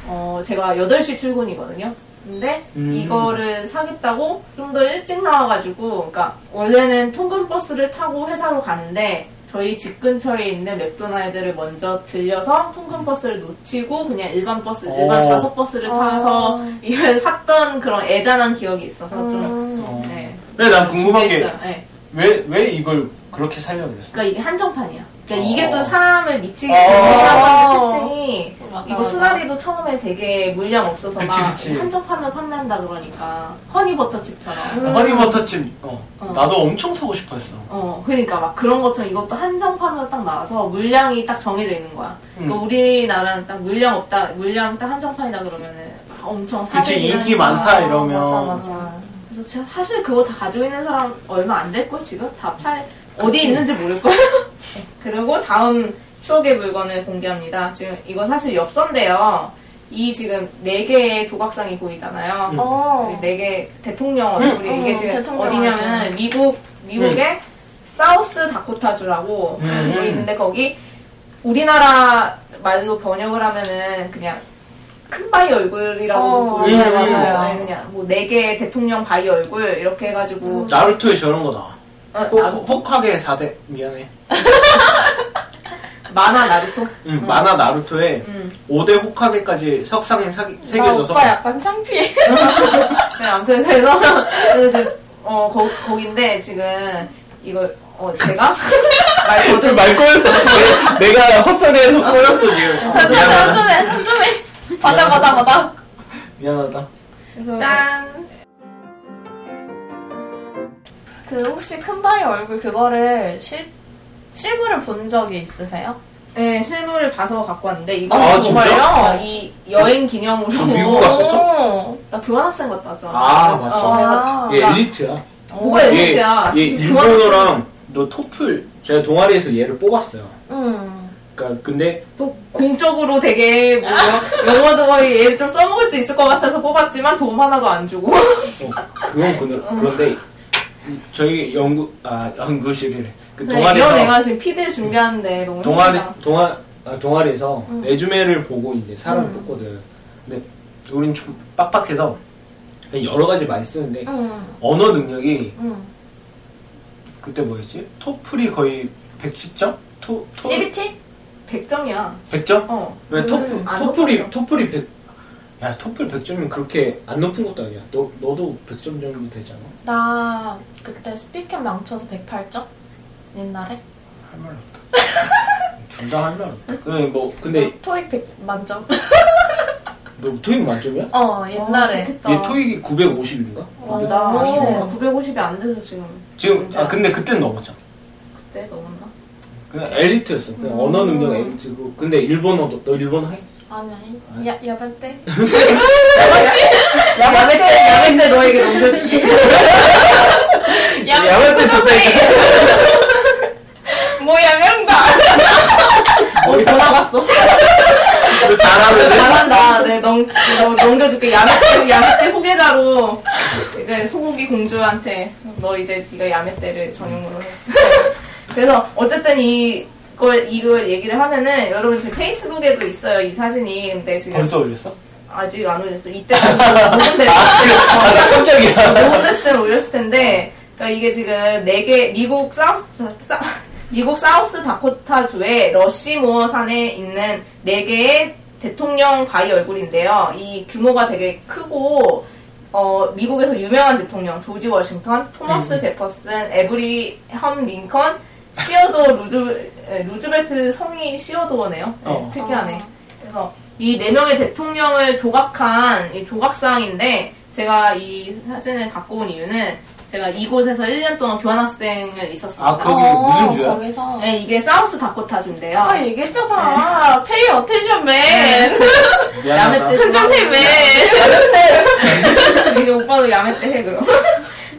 S2: 어 제가 8시 출근이거든요. 근데
S5: 음.
S2: 이거를 사겠다고 좀 더 일찍 나와가지고 그러니까 원래는 통근 버스를 타고 회사로 가는데 저희 집 근처에 있는 맥도날드를 먼저 들려서 통근 버스를 놓치고 그냥 일반 버스 일반
S5: 어.
S2: 좌석 버스를 타서
S4: 어.
S2: 이걸 샀던 그런 애잔한 기억이 있어서 좀
S4: 음.
S5: 어.
S2: 네.
S5: 근데 난 궁금한 게,
S2: 준비했어요. 네.
S5: 왜, 왜 이걸 그렇게 살려고 그랬어?
S2: 그러니까 이게 한정판이야. 그러니까
S5: 어.
S2: 이게 또 사람을 미치게
S5: 어.
S2: 하는 특징이
S4: 맞아,
S2: 이거
S4: 맞아.
S2: 수다리도 처음에 되게 물량 없어서
S5: 그치,
S2: 막
S5: 그치.
S2: 한정판을 판매한다 그러니까 허니버터칩처럼
S4: 음.
S5: 허니버터칩, 어.
S2: 어.
S5: 나도 엄청 사고 싶어 했어.
S2: 어 그러니까 막 그런 것처럼 이것도 한정판으로 딱 나와서 물량이 딱 정해져 있는 거야. 그러니까
S5: 음.
S2: 우리나라는 딱 물량 없다 물량 딱 한정판이다 그러면은 엄청 사재
S5: 그치, 인기 많다 이러면.
S4: 맞아 맞아.
S2: 그래서 진짜 사실 그거 다 가지고 있는 사람 얼마 안 될 걸 지금 다 팔 어디 있는지 모를 거야. 그리고 다음 추억의 물건을 공개합니다. 지금 이거 사실 엽서인데요. 이 지금 네 개의 조각상이 보이잖아요.
S5: 음.
S4: 어.
S2: 네 개 대통령 얼굴이
S4: 음.
S2: 이게
S4: 어,
S2: 지금
S4: 대통령
S2: 어디냐면
S4: 얼굴.
S2: 미국 미국의 사우스 다코타주라고
S5: 음.
S2: 거 있는데 거기 우리나라 말로 번역을 하면은 그냥 큰 바위 얼굴이라고
S4: 어,
S2: 부르잖
S5: 맞아요,
S2: 맞아요.
S4: 맞아요.
S2: 네, 그냥 뭐 네 개의 대통령 바위 얼굴 이렇게 해가지고
S5: 나루토에 저런 거 나와.
S2: 어,
S5: 혹,
S2: 나루-
S5: 혹하게 4대, 미안해.
S2: 만화 나루토.
S5: 응, 만화 나루토에
S2: 음.
S5: 5대 혹하게까지 석상에 사-
S4: 나
S5: 새겨져서.
S4: 오빠 약간 창피해.
S2: 네, 아무튼 그래서 그래서 지금 어 거, 거긴데 지금 이걸 어 제가 말 거절
S3: 말 꼬였어 내- 내가 헛소리해서 꼬였어 지금
S4: 한점에 한점에 한점에. 받아 받아 받아.
S5: 미안하다.
S2: 그래서
S4: 짠. 그 혹시 큰바의 얼굴 그거를 실 실물을 본 적이 있으세요?
S2: 네, 실물을 봐서 갖고 왔는데 이거
S6: 아,
S2: 정말요?
S6: 진짜?
S2: 이 여행 기념으로
S5: 아,
S6: 어, 미국 갔어?
S4: 오.
S2: 나 교환학생 갔다 왔잖아. 어.
S6: 아, 맞죠.
S4: 아,
S5: 얘
S4: 나-
S5: 엘리트야.
S2: 뭐가
S4: 오.
S2: 엘리트? 엘리트야. 그
S5: 얘, 얘
S2: 교환-
S5: 예, 일본어랑 너 토플 제가 동아리에서 얘를 뽑았어요.
S4: 음.
S5: 그러니까 근데
S2: 또 공적으로 되게 뭐 영- 영어도 얘를 좀 써먹을 수 있을 것 같아서 뽑았지만 도움 하나도 안 주고.
S5: 어, 그건 그, 그런데 이- 저희 연구 아 연구실이래. 그
S2: 그래, 네, 이런
S5: 동아리에서
S2: 애가 지금 피드 준비하는데 너무
S5: 동아리
S2: 힘들다.
S5: 동아 아, 동아리에서 레주메를 보고 이제 사람 을 뽑거든. 근데 우린 좀 빡빡해서 그냥 여러 가지 많이 쓰는데
S4: 음.
S5: 언어 능력이
S4: 음.
S5: 그때 뭐였지? 토플이 거의 110점? 토, 토
S4: CBT?
S2: 100점이야.
S5: 100점?
S2: 어.
S5: 왜 토플
S2: 안
S5: 토플이
S2: 높았어.
S5: 토플이 100. 야 토플 100점이면 그렇게 안 높은 것도 아니야. 너 너도 100점 정도 되잖아.
S4: 나 그때 스피킹 망쳐서 108점? 옛날에?
S5: 할 말 없다. 둘 다 할 말 없다. 그냥 뭐 근데
S4: 너 토익 100 만점?
S5: 너 토익 만점이야?
S4: 어,
S2: 아,
S4: 옛날에.
S2: 좋겠다.
S5: 얘 토익이 950인가?
S4: 어,
S2: 나
S4: 오.
S2: 950이 안 돼서 지금
S5: 지금 아 근데 그때는 넘었죠.
S2: 그때 넘었나?
S5: 그냥 엘리트였어.
S2: 음.
S5: 그냥 언어 능력 엘리트고 근데 일본어도 너 일본어 해?
S4: 아니, 아니. 야, 야반 때?
S2: 야매 때 야매 때 너에게 넘겨줄게.
S4: 야반 때
S6: 조사했잖아.
S4: 뭐 야명다!
S2: 어 전화 왔어.
S6: 너 잘하는데?
S2: 잘한다. 네, 넘, 넘, 넘겨줄게. 야매떼, 야매떼 소개자로 이제 소고기 공주한테 너 이제 네가 야매떼를 전용으로 해. 그래서 어쨌든 이걸 이걸 얘기를 하면은 여러분 지금 페이스북에도 있어요 이 사진이. 근데 지금
S5: 벌써 올렸어?
S2: 아직 안 올렸어. 이때 녹음됐어.
S6: 아, 나 깜짝이야.
S2: 녹음됐을 때는 올렸을 텐데 그러니까 이게 지금 네 개 미국 사우스 사, 미국 사우스 다코타 주의 러시모어 산에 있는 네 개의 대통령 바위 얼굴인데요. 이 규모가 되게 크고 어, 미국에서 유명한 대통령 조지 워싱턴,
S6: 음.
S2: 토머스 제퍼슨, 에브리 험 링컨, 시어도 루즈 에, 루즈벨트 성이 시어도어네요. 네,
S5: 어.
S2: 체키하네. 그래서 이 네 명의 대통령을 조각한 이 조각상인데 제가 이 사진을 갖고 온 이유는 제가 이곳에서 1년 동안 교환학생을 있었습니다.
S5: 아, 거기 무슨 주야?
S4: 어, 거기서.
S2: 네, 이게 사우스 다코타 주인데요. 네,
S4: 아까 예. 얘기했잖아.
S5: 네.
S4: 페이 어텐션 맨.
S2: 그 야매
S5: 미안하다.
S2: 때
S4: 현장 페이 맨.
S2: 이제 오빠도 야매 때 해, 그럼.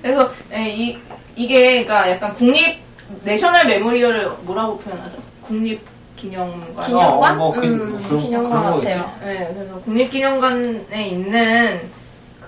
S2: 그래서, 예, 이, 이게, 그니까 약간 국립, 내셔널 메모리얼을 뭐라고 표현하죠? 국립 기념관.
S6: 기념-
S5: 어,
S4: 기념관?
S6: 뭐 그- 뭐
S4: 음,
S6: 그런-
S4: 기념관
S6: 그런
S4: 같아요.
S2: 예, 그래서 국립기념관에 있는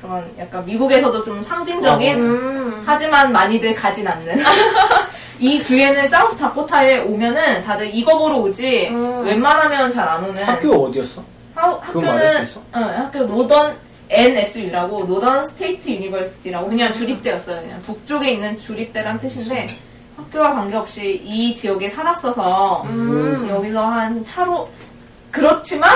S2: 그런 약간 미국에서도 좀 상징적인,
S4: 음.
S2: 하지만 많이들 가진 않는. 이 주에는 사우스 다코타에 오면은 다들 이거 보러 오지,
S4: 음.
S2: 웬만하면 잘 안 오는.
S5: 학교 어디였어?
S2: 하-
S5: 그건 말할
S2: 학교는
S5: 수 있어?
S2: 어, 학교 노던 NSU라고 노던 스테이트 유니버시티라고 그냥 주립대였어요. 그냥 북쪽에 있는 주립대란 뜻인데 학교와 관계없이 이 지역에 살았어서
S4: 음.
S2: 여기서 한 차로 그렇지만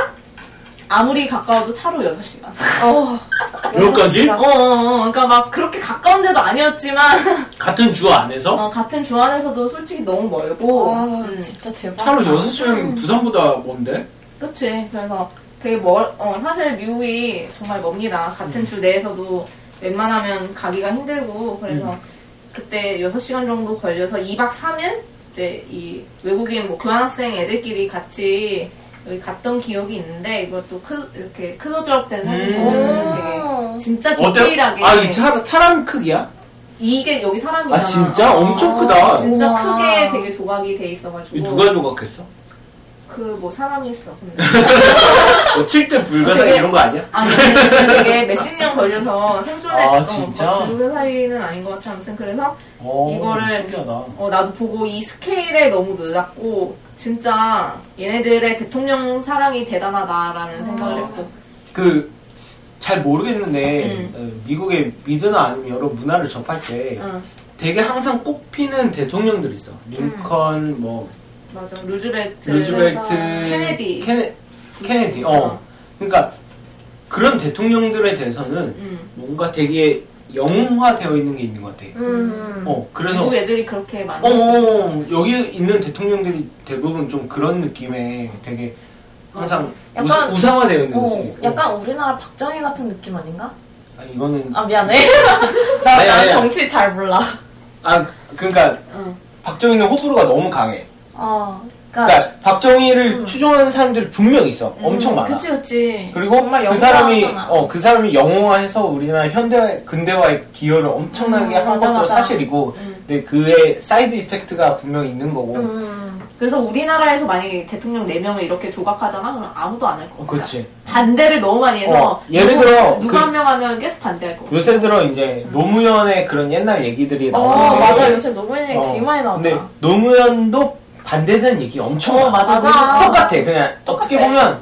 S2: 아무리 가까워도 차로 6시간.
S4: 어.
S5: 여기까지?
S2: 어, 어, 어, 그러니까 막 그렇게 가까운 데도 아니었지만
S5: 같은 주 안에서?
S2: 어, 같은 주 안에서도 솔직히 너무 멀고
S4: 와,
S2: 음.
S4: 아, 진짜 대박.
S5: 차로 6시간 부산보다 먼데?
S2: 그치. 그래서 되게 멀, 어, 사실 미국이 정말 멉니다.
S5: 음.
S2: 같은 주 내에서도 웬만하면 가기가 힘들고, 그래서
S5: 음.
S2: 그때 6시간 정도 걸려서 2박 3일? 이제 이 외국인 뭐 교환학생 애들끼리 같이 여기 갔던 기억이 있는데, 이것도 크, 이렇게 클로즈업된 사진
S5: 음.
S2: 보면은 되게
S4: 오.
S2: 진짜
S5: 어때요?
S2: 디테일하게.
S5: 아, 이 사, 사람 크기야?
S2: 이게 여기 사람이잖아.
S5: 아, 진짜?
S2: 어,
S5: 엄청 크다.
S2: 진짜
S4: 우와.
S2: 크게 되게 조각이 돼 있어가지고.
S5: 이 누가 조각했어?
S2: 그 뭐 사람이 있어. 근데.
S5: 뭐 칠대 불가사
S2: 아, 되게-
S5: 이런 거 아니야?
S2: 아니, 근데 되게 몇십 년 걸려서 생존에
S5: 아,
S2: 어,
S5: 진짜?
S2: 막 죽는 사이는 아닌 것 같아. 아무튼 그래서
S5: 어,
S2: 이거를-
S5: 신기하다.
S2: 어, 나도 보고 이 스케일에 너무 놀랐고 진짜 얘네들의 대통령 사랑이 대단하다라는 생각을
S4: 아.
S2: 했고
S5: 그 잘 모르겠는데
S2: 음.
S5: 어, 미국의 미드나 아니면 여러 문화를 접할 때
S2: 응,
S5: 되게 항상 꼽히는 대통령들이 있어.
S2: 음.
S5: 링컨, 뭐
S2: 맞아. 루즈벨트.
S5: 루즈벨트,
S4: 맞아.
S2: 그 케네디.
S5: 케네,
S2: 부시.
S5: 케네디. 어. 그러니까 그런 대통령들에 대해서는
S2: 음.
S5: 뭔가 되게 영웅화되어 있는 게 있는 것 같아.
S4: 음.
S5: 어, 그래서
S2: 미국 애들이 그렇게
S5: 어,
S2: 많았지.
S5: 어, 여기 있는 대통령들이 대부분 좀 그런 느낌의 되게 항상
S4: 어, 약간-
S5: 우상화되어 있는 거지.
S4: 어, 약간 우리나라 박정희 같은 느낌 아닌가?
S5: 아, 이거는
S4: 아 미안해. 나,
S5: 아니, 예,
S4: 나
S5: 아니, 아니.
S4: 정치 잘 몰라.
S5: 아 그- 그러니까
S2: 응.
S5: 박정희는 호불호가 너무 강해.
S4: 어, 그러니까
S5: 그러니까 박정희를 추종하는 사람들이 분명 있어. 엄청 많아.
S4: 음, 그치 그치.
S5: 그리고
S4: 정말
S5: 그 사람이
S4: 영광하잖아.
S5: 어 그 사람이 영웅화해서 우리나라 현대 근대화에 기여를 엄청나게
S4: 음,
S5: 한
S4: 맞아,
S5: 것도
S4: 맞아.
S5: 사실이고
S2: 음.
S5: 근데 그의 사이드 이펙트가 분명 있는 거고
S4: 음,
S2: 그래서 우리나라에서 만약에 대통령 4명을 이렇게 조각하잖아? 그럼 아무도 안 할 것
S5: 어,
S2: 같아.
S5: 그렇지
S2: 반대를 너무 많이 해서.
S5: 어, 예를
S2: 누구-
S5: 들어
S2: 누구
S5: 그-
S2: 한 명 하면 계속 반대할 것 같아.
S5: 요새 들어 이제 노무현의 그런 옛날 얘기들이
S4: 어,
S5: 나오는데
S4: 맞아. 요새 노무현 얘기
S5: 어,
S4: 되게 많이 나오잖아.
S5: 근데 노무현도 반대되는 얘기 엄청
S2: 어,
S5: 많아
S2: 맞아.
S4: 맞아.
S2: 우리도
S5: 똑같아 그냥 어떻게 보면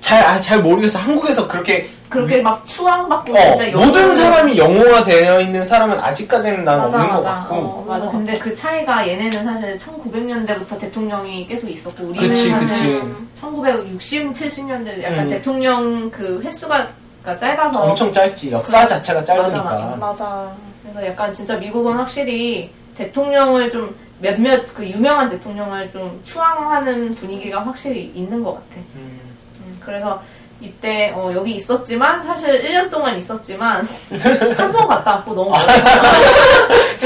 S5: 잘 아, 잘 모르겠어 한국에서 그렇게
S2: 그렇게 막 추앙받고
S5: 어,
S2: 진짜
S5: 모든
S2: 영웅으로-
S5: 사람이 영웅화 되어 있는 사람은 아직까지는 난
S4: 맞아,
S5: 없는 것
S4: 맞아.
S5: 같고
S4: 어.
S2: 맞아. 근데 그 차이가 얘네는 사실 1900년대부터 대통령이 계속 있었고 우리는
S5: 그치
S2: 사실
S5: 그치
S2: 1960, 70년대 약간
S5: 음.
S2: 대통령 그 횟수가 그러니까 짧아서
S5: 엄청 짧지 역사
S2: 그래.
S5: 자체가
S2: 맞아,
S5: 짧으니까
S2: 맞아.
S4: 맞아.
S2: 그래서 약간 진짜 미국은 확실히 대통령을 좀 몇몇 그 유명한 대통령을 좀 추앙하는 분위기가 확실히 있는 것 같아.
S5: 음.
S2: 음, 그래서 이때 어, 여기 있었지만 사실 1년 동안 있었지만 한 번 갔다 왔고 너무 멀었잖아.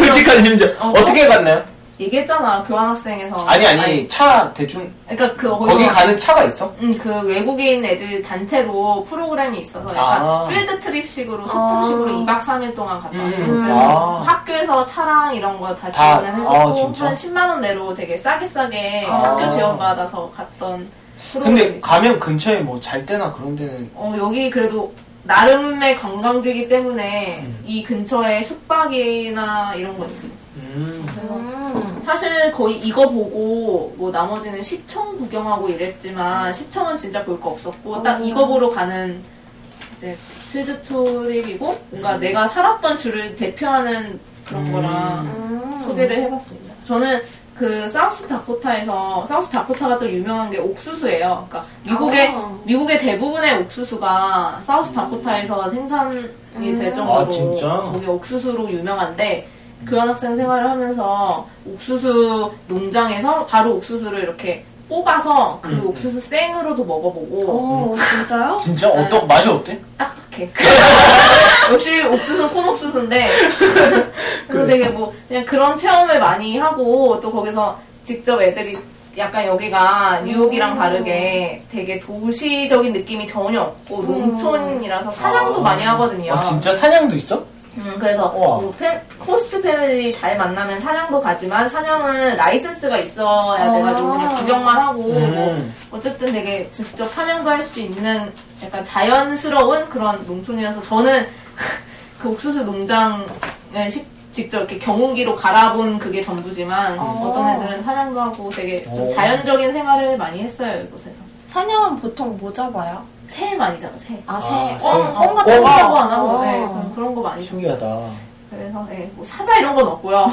S5: 솔직한 심정
S2: 어,
S5: 어, 떻게 갔나요?
S2: 얘기했잖아 교환학생에서
S5: 아니 아니, 차 대충
S2: 그러니까 그
S5: 거기 가는 차가 있어?
S2: 음, 그 외국인 애들 단체로 프로그램이 있어서 약간
S5: 아.
S2: 필드 트립식으로 소풍식으로
S4: 아.
S2: 2박 3일 동안 갔다 왔어요.
S5: 음.
S2: 그래서
S5: 아.
S2: 학교에서 차랑 이런 거 다
S5: 다,
S2: 지원을
S5: 아,
S2: 해줬고
S5: 진짜?
S2: 한 10만 원 내로 되게 싸게 싸게
S4: 아.
S2: 학교 지원받아서 갔던 프로그램이
S5: 근데
S2: 있어요.
S5: 가면 근처에 뭐 잘 때나 그런 데는
S2: 어, 여기 그래도 나름의 관광지기 때문에
S5: 음.
S2: 이 근처에 숙박이나 이런 거 있어요. 그래서
S4: 음.
S2: 사실 거의 이거 보고 뭐 나머지는 시청 구경하고 이랬지만 시청은 진짜 볼 거 없었고 딱
S4: 어.
S2: 이거 보러 가는 이제 필드 트립이고 뭔가 내가 살았던 주를 대표하는 그런
S5: 음.
S2: 거라 소개를 해봤습니다. 저는 그 사우스 다코타에서 사우스 다코타가 또 유명한 게 옥수수예요. 그러니까 미국의
S4: 아.
S2: 미국의 대부분의 옥수수가 사우스 다코타에서 생산이
S4: 음.
S2: 될 정도로
S5: 아, 진짜?
S2: 거기 옥수수로 유명한데 교환학생 생활을 하면서 옥수수 농장에서 바로 옥수수를 이렇게 뽑아서 그
S5: 음.
S2: 옥수수 생으로도 먹어보고
S4: 오, 진짜요?
S5: 진짜 어떤 맛이 어때?
S2: 딱딱해. 역시 옥수수 콘옥수수인데
S5: 그러니까.
S2: 그래서 되게 뭐 그냥 그런 체험을 많이 하고 또 거기서 직접 애들이 약간 여기가
S5: 음.
S2: 뉴욕이랑 다르게 되게 도시적인 느낌이 전혀 없고 농촌이라서 사냥도
S5: 음. 아.
S2: 많이 하거든요.
S5: 아 진짜 사냥도 있어?
S2: 음, 그래서
S5: 우와.
S2: 뭐 패- 호스트 패밀리 잘 만나면 사냥도 가지만 사냥은 라이센스가 있어야 돼가지고 그냥
S4: 아.
S2: 구경만 하고 뭐
S5: 음.
S2: 어쨌든 되게 직접 사냥도 할 수 있는 약간 자연스러운 그런 농촌이라서 저는 그 옥수수 농장을 식- 직접 이렇게 경운기로 갈아본 그게 전부지만
S4: 어.
S2: 어떤 애들은 사냥도 하고 되게 좀
S5: 오.
S2: 자연적인 생활을 많이 했어요 이곳에서
S4: 사냥은 보통 뭐 잡아요?
S2: 새 많이 잡아 새
S4: 아, 새.
S5: 아,
S2: 어,
S4: 꽁,
S5: 새.
S4: 꽁 같은
S5: 꽁.
S4: 거.
S2: 하고 안 하고
S4: 어.
S2: 네, 그런- 그런 거 많이 잡아
S5: 신기하다
S2: 그래서 예, 뭐 사자 이런 건 없고요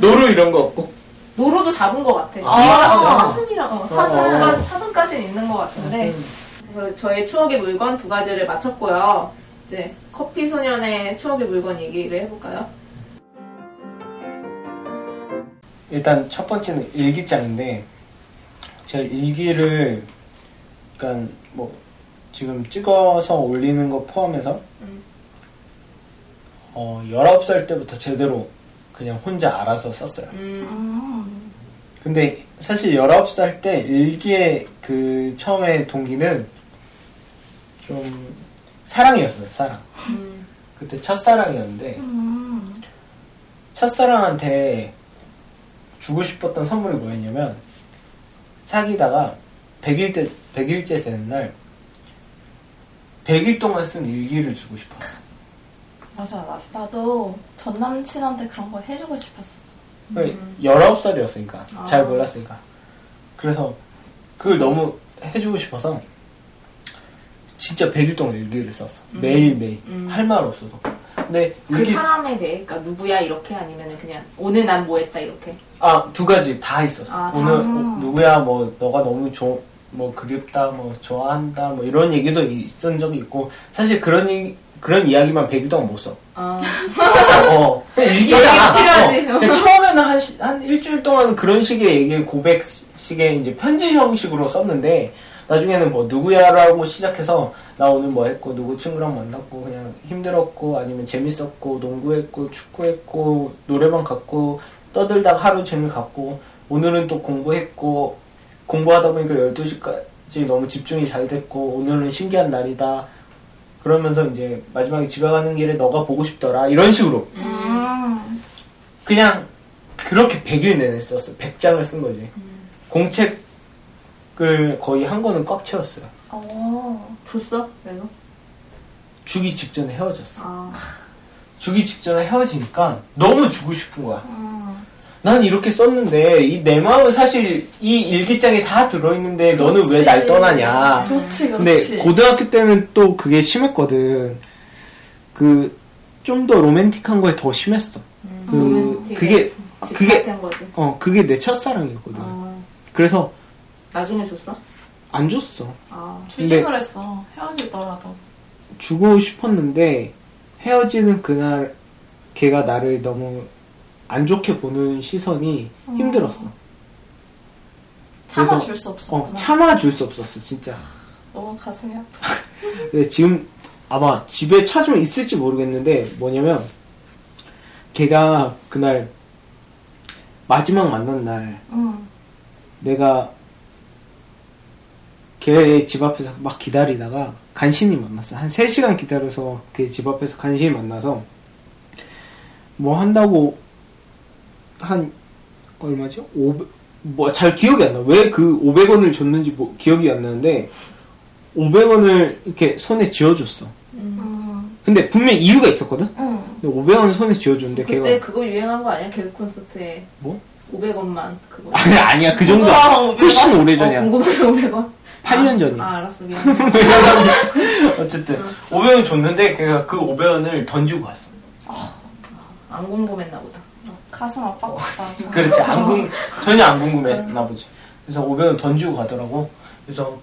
S5: 노루 이런 거 없고
S2: 노루도 잡은 것 같아
S5: 아, 사자.
S2: 사슴이랑 어,
S5: 어.
S2: 사슴 사슴까지는 있는 것 같은데 그래서 저의 추억의 물건 두 가지를 마쳤고요. 이제 커피 소년의 추억의 물건 얘기를 해볼까요?
S5: 일단 첫 번째는 일기장인데 제가 일기를 그러니까 뭐 지금 찍어서 올리는 거 포함해서
S2: 음.
S5: 어 19살 때부터 제대로 그냥 혼자 알아서 썼어요.
S2: 음,
S4: 음.
S5: 근데 사실 19살 때 일기의 그 처음에 동기는 좀 사랑이었어요, 사랑.
S2: 음,
S5: 그때 첫사랑이었는데
S4: 음.
S5: 첫사랑한테 주고 싶었던 선물이 뭐였냐면 사귀다가 100일 때 100일째 되는 날 100일 동안 쓴 일기를 주고 싶어.
S4: 맞아, 나, 나도 전 남친한테 그런 거 해주고 싶었어.
S2: 음.
S5: 19살이었으니까 잘
S4: 아.
S5: 몰랐으니까. 그래서 그걸 너무 해주고 싶어서 진짜 100일 동안 일기를 썼어.
S2: 음.
S5: 매일매일
S2: 음.
S5: 할 말 없어도. 근데
S2: 그
S5: 일기
S2: 사람에 대해, 그러니까 누구야 이렇게 아니면 그냥 오늘 난 뭐 했다 이렇게.
S5: 아 두 가지 다 있었어.
S2: 아, 다.
S5: 오늘 어, 누구야 뭐 너가 너무 좋, 뭐 그립다, 뭐 좋아한다, 뭐 이런 얘기도 있은 적이 있고 사실 그런 이, 그런 이야기만 100일 동안 못 써.
S2: 아,
S5: 어, 일기가
S2: 여기가 필요하지.
S5: 어. 근데 처음에는 한, 시- 한 일주일 동안 그런 식의 얘기 고백식의 이제 편지 형식으로 썼는데 나중에는 뭐 누구야라고 시작해서 나 오늘 뭐 했고 누구 친구랑 만났고 그냥 힘들었고 아니면 재밌었고 농구했고 축구했고 노래방 갔고 떠들다가 하루 종일 갔고 오늘은 또 공부했고 공부하다 보니까 12시까지 너무 집중이 잘 됐고 오늘은 신기한 날이다 그러면서 이제 마지막에 집에 가는 길에 너가 보고 싶더라 이런 식으로
S4: 음.
S5: 그냥 그렇게 100일 내내 썼어 100장을 쓴 거지
S4: 음.
S5: 공책을 거의 한 권은 꽉 채웠어요
S4: 오.
S2: 줬어? 그래서?
S5: 주기 직전에 헤어졌어
S2: 아.
S5: 주기 직전에 헤어지니까 너무 주고 싶은 거야
S4: 음.
S5: 난 이렇게 썼는데 이 내 마음은 사실 이 일기장에 다 들어있는데 너는 왜 날
S4: 그렇지.
S5: 떠나냐
S4: 그렇지,
S5: 근데
S4: 그렇지.
S5: 고등학교 때는 또 그게 심했거든. 그 좀 더 로맨틱한 거에 더 심했어. 그
S2: 로맨틱에 아,
S5: 그게 그게 아.
S2: 집착된 거지.
S5: 어 그게 내 첫사랑이었거든.
S2: 어.
S5: 그래서
S2: 나중에 줬어?
S5: 안 줬어.
S2: 아.
S4: 주식을 했어. 헤어지더라도.
S5: 주고 싶었는데 헤어지는 그날 걔가 나를 너무 안 좋게 보는 시선이 힘들었어.
S4: 참아줄 수 없어.
S5: 어 참아줄 수 없었어 진짜.
S4: 너무 가슴이 아파.
S5: 근데 지금 아마 집에 차 좀 있을지 모르겠는데 뭐냐면 걔가 그날 마지막 만난 날
S4: 음.
S5: 내가 걔 집 앞에서 막 기다리다가 간신히 만났어. 한 3시간 기다려서 걔 집 앞에서 간신히 만나서 뭐 한다고 한 얼마지? 500, 뭐잘 기억이 안 나. 왜 그 500원을 줬는지 뭐 기억이 안 나는데 500원을 이렇게 손에 쥐어줬어.
S4: 음.
S5: 근데 분명 이유가 있었거든?
S4: 음.
S5: 근데 500원을 손에 쥐어줬는데
S2: 그때
S5: 걔가
S2: 그거 유행한 거 아니야? 개그 콘서트에
S5: 뭐?
S2: 500원만 그거.
S5: 아니, 아니야 그 정도
S4: 누구랑
S5: 아니야.
S4: 500원?
S5: 훨씬 오래전이야.
S2: 어, 궁금해 500원.
S5: 8년 전이야.
S2: 아, 알았어 미안.
S5: 어쨌든 500원 줬는데 걔가 그 500원을 던지고 갔어.
S2: 안 궁금했나 보다.
S4: 가슴
S5: 어.
S4: 아팠다.
S5: 그렇지 안 궁, 전혀 안 궁금했나 보지. 그래서 500원 던지고 가더라고. 그래서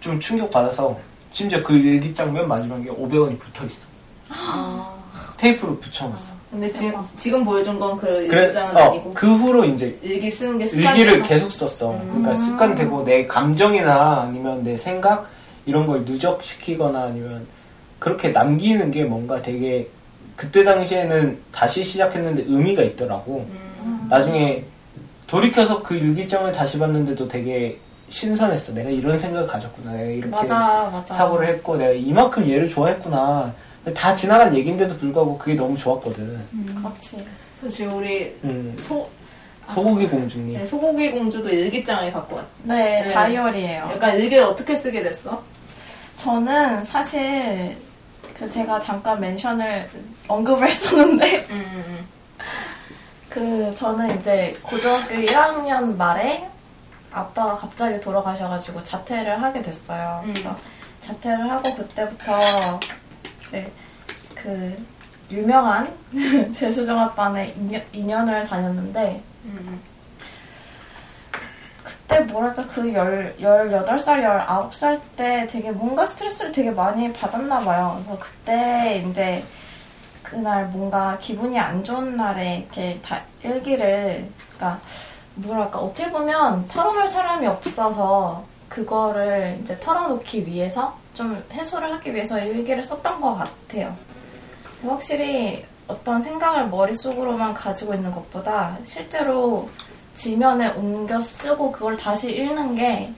S5: 좀 충격 받아서 심지어 그 일기장 맨 마지막에 500원이 붙어 있어.
S2: 아.
S5: 테이프로 붙여놨어.
S2: 근데 지금 지금 보여준 건 그
S5: 그래-
S2: 일기장은
S5: 어,
S2: 아니고
S5: 그 후로 이제
S2: 일기 쓰는 게 습관이
S5: 일기를 계속 썼어.
S4: 음.
S5: 그러니까 습관되고 내 감정이나 아니면 내 생각 이런 걸 누적시키거나 아니면 그렇게 남기는 게 뭔가 되게 그때 당시에는 다시 시작했는데 의미가 있더라고.
S4: 음.
S5: 나중에 돌이켜서 그 일기장을 다시 봤는데도 되게 신선했어. 내가 이런 생각을 가졌구나. 내가 이렇게
S4: 맞아, 맞아.
S5: 사고를 했고 내가 이만큼 얘를 좋아했구나. 다 지나간 얘긴데도 불구하고 그게 너무 좋았거든.
S4: 음. 그렇지.
S2: 지금 우리
S5: 음.
S2: 소
S5: 소고기 공주님.
S2: 네, 소고기 공주도 일기장을 갖고 왔.
S4: 네,
S2: 네.
S4: 다이어리예요.
S2: 약간 일기를 어떻게 쓰게 됐어?
S4: 저는 사실 그 제가 잠깐 멘션을 언급을 했었는데
S2: 음, 음,
S4: 그 저는 이제 고등학교 1학년 말에 아빠가 갑자기 돌아가셔가지고 자퇴를 하게 됐어요.
S2: 음.
S4: 그래서 자퇴를 하고 그때부터 이제 그 유명한 재수종합반에 2년, 을 다녔는데
S2: 음,
S4: 그때 뭐랄까 그 열, 18살, 19살 때 되게 뭔가 스트레스를 되게 많이 받았나 봐요. 그래서 그때 이제 그날 뭔가 기분이 안 좋은 날에 이렇게 다 일기를 그러니까 뭐랄까 어떻게 보면 털어놓을 사람이 없어서 그거를 이제 털어놓기 위해서 좀 해소를 하기 위해서 일기를 썼던 것 같아요. 확실히 어떤 생각을 머릿속으로만 가지고 있는 것보다 실제로 지면에 옮겨 쓰고 그걸 다시 읽는 게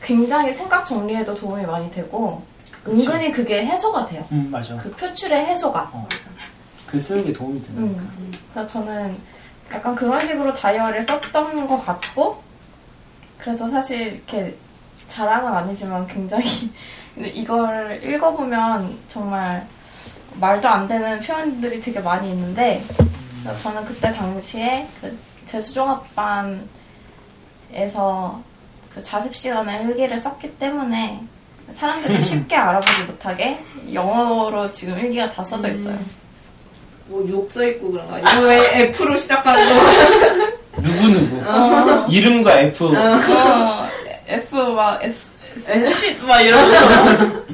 S4: 굉장히 생각 정리에도 도움이 많이 되고 은근히 그게 해소가 돼요.
S5: 음 맞아.
S4: 그 표출의 해소가.
S5: 글 어, 그 쓰는 게 도움이 된다니까.
S4: 음. 그래서 저는 약간 그런 식으로 다이어리를 썼던 것 같고, 그래서 사실 이렇게 자랑은 아니지만 굉장히 근데 이걸 읽어보면 정말 말도 안 되는 표현들이 되게 많이 있는데, 그래서 저는 그때 당시에 그 재수종합반에서 그 자습 시간에 일기를 썼기 때문에 사람들이 쉽게 알아보지 못하게 영어로 지금 일기가 다 써져 있어요.
S2: 뭐욕 써있고 그런 거 아니야? 왜 F로 시작하는 거?
S5: 누구 누구 이름과 F
S4: 어, F 막 S S 막 이런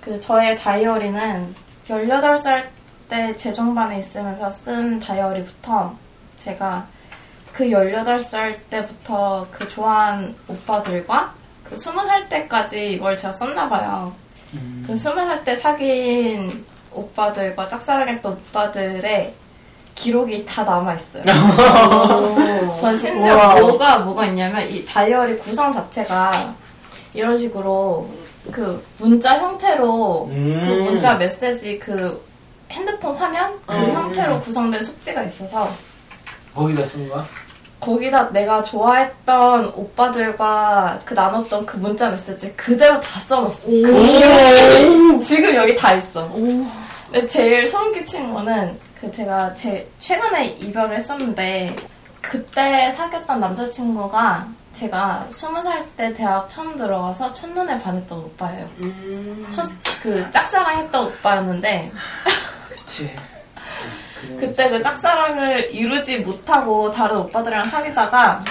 S4: 그 저의 다이어리는 18살 때 재정반에 있으면서 쓴 다이어리부터 제가 그 18살 때부터 그 좋아한 오빠들과 그 그 스무 살 때까지 이걸 제가 썼나 봐요.
S5: 음,
S4: 그 스무 살 때 사귄 오빠들과 짝사랑했던 오빠들의 기록이 다 남아있어요. 전 심지어 뭐가 뭐가 있냐면 이 다이어리 구성 자체가 이런 식으로 그 문자 형태로
S5: 음.
S4: 그 문자 메시지 그 핸드폰 화면 그
S2: 음.
S4: 형태로 구성된 숙지가 있어서
S5: 거기다 쓴 거야?
S4: 거기다 내가 좋아했던 오빠들과 그 나눴던 그 문자 메시지 그대로 다 써놨어. 그 기억이 지금 여기 다 있어. 근데 제일 소름 끼친 거는 그 제가 제 최근에 이별을 했었는데 그때 사귀었던 남자친구가 제가 스무 살 때 대학 처음 들어가서 첫눈에 반했던 오빠예요.
S2: 음.
S4: 첫 그 짝사랑했던 오빠였는데
S5: 그치.
S4: 그때 그 짝사랑을 이루지 못하고 다른 오빠들이랑 사귀다가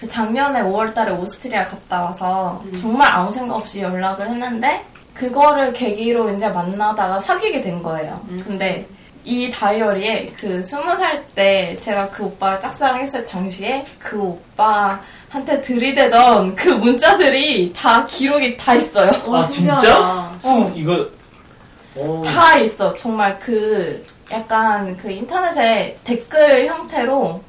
S4: 그 작년에 5월달에 오스트리아 갔다 와서 정말 아무 생각 없이 연락을 했는데 그거를 계기로 이제 만나다가 사귀게 된 거예요. 근데 이 다이어리에 그 20살 때 제가 그 오빠를 짝사랑했을 당시에 그 오빠한테 들이대던 그 문자들이 다 기록이 다 있어요.
S5: 아,
S2: 신기하다.
S5: 진짜?
S4: 어.
S5: 이거. 어.
S4: 다 있어. 정말 그 약간 그 인터넷에 댓글 형태로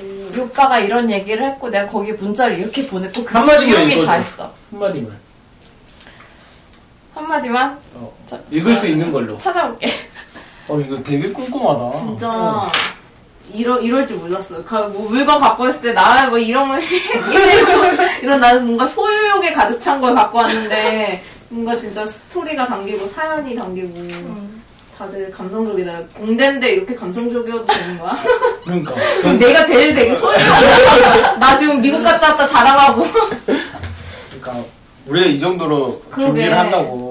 S4: 이 오빠가 이런 얘기를 했고 내가 거기에 문자를 이렇게 보냈고 그
S5: 한마디로
S4: 기록이 다
S5: 읽어줘.
S4: 있어.
S5: 한마디만.
S4: 한마디만
S5: 어.
S4: 자,
S5: 읽을 수 있는 걸로.
S4: 찾아볼게.
S5: 어, 이거 되게
S4: 아,
S5: 꼼꼼하다.
S2: 진짜
S4: 어.
S2: 이러, 이럴 줄 몰랐어요. 가- 뭐 물건 갖고 왔을 때 나 뭐 이런 걸 이런 이런 나는 뭔가 소유욕에 가득 찬 걸 갖고 왔는데 뭔가 진짜 스토리가 담기고 사연이 담기고 음. 다들 감성적이다. 공대인데 이렇게 감성적이어도 되는 거야?
S5: 그러니까.
S2: 지금 내가 제일 되게 소유욕 나 지금 미국 갔다 왔다 자랑하고
S5: 그러니까 우리가 이 정도로
S2: 그러게.
S5: 준비를 한다고.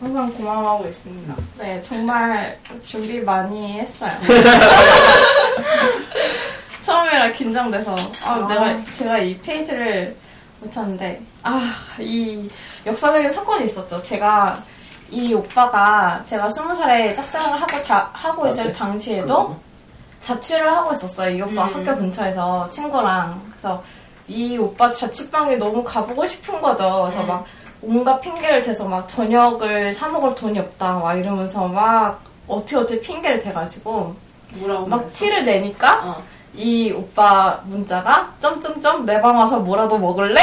S2: 항상 고마워하고 있습니다.
S4: 네, 정말 준비 많이 했어요. 처음이라 긴장돼서 아,
S2: 아.
S4: 내가 제가 이 페이지를 못 찾는데 아 이 역사적인 사건이 있었죠. 제가 이 오빠가 제가 스무 살에 짝사랑을 하고 다 하고 있을
S5: 맞지? 그
S4: 당시에도 자취를 하고 있었어요. 이 오빠 학교 근처에서 친구랑 그래서 이 오빠 자취방에 너무 가보고 싶은 거죠. 그래서 막 온갖 핑계를 대서 막 저녁을 사 먹을 돈이 없다 막 이러면서 막 어떻게 어떻게 핑계를 대가지고
S2: 뭐라고
S4: 막
S2: 그랬어?
S4: 티를 내니까
S2: 어.
S4: 이 오빠 문자가 점점점 내 방 와서 뭐라도 먹을래?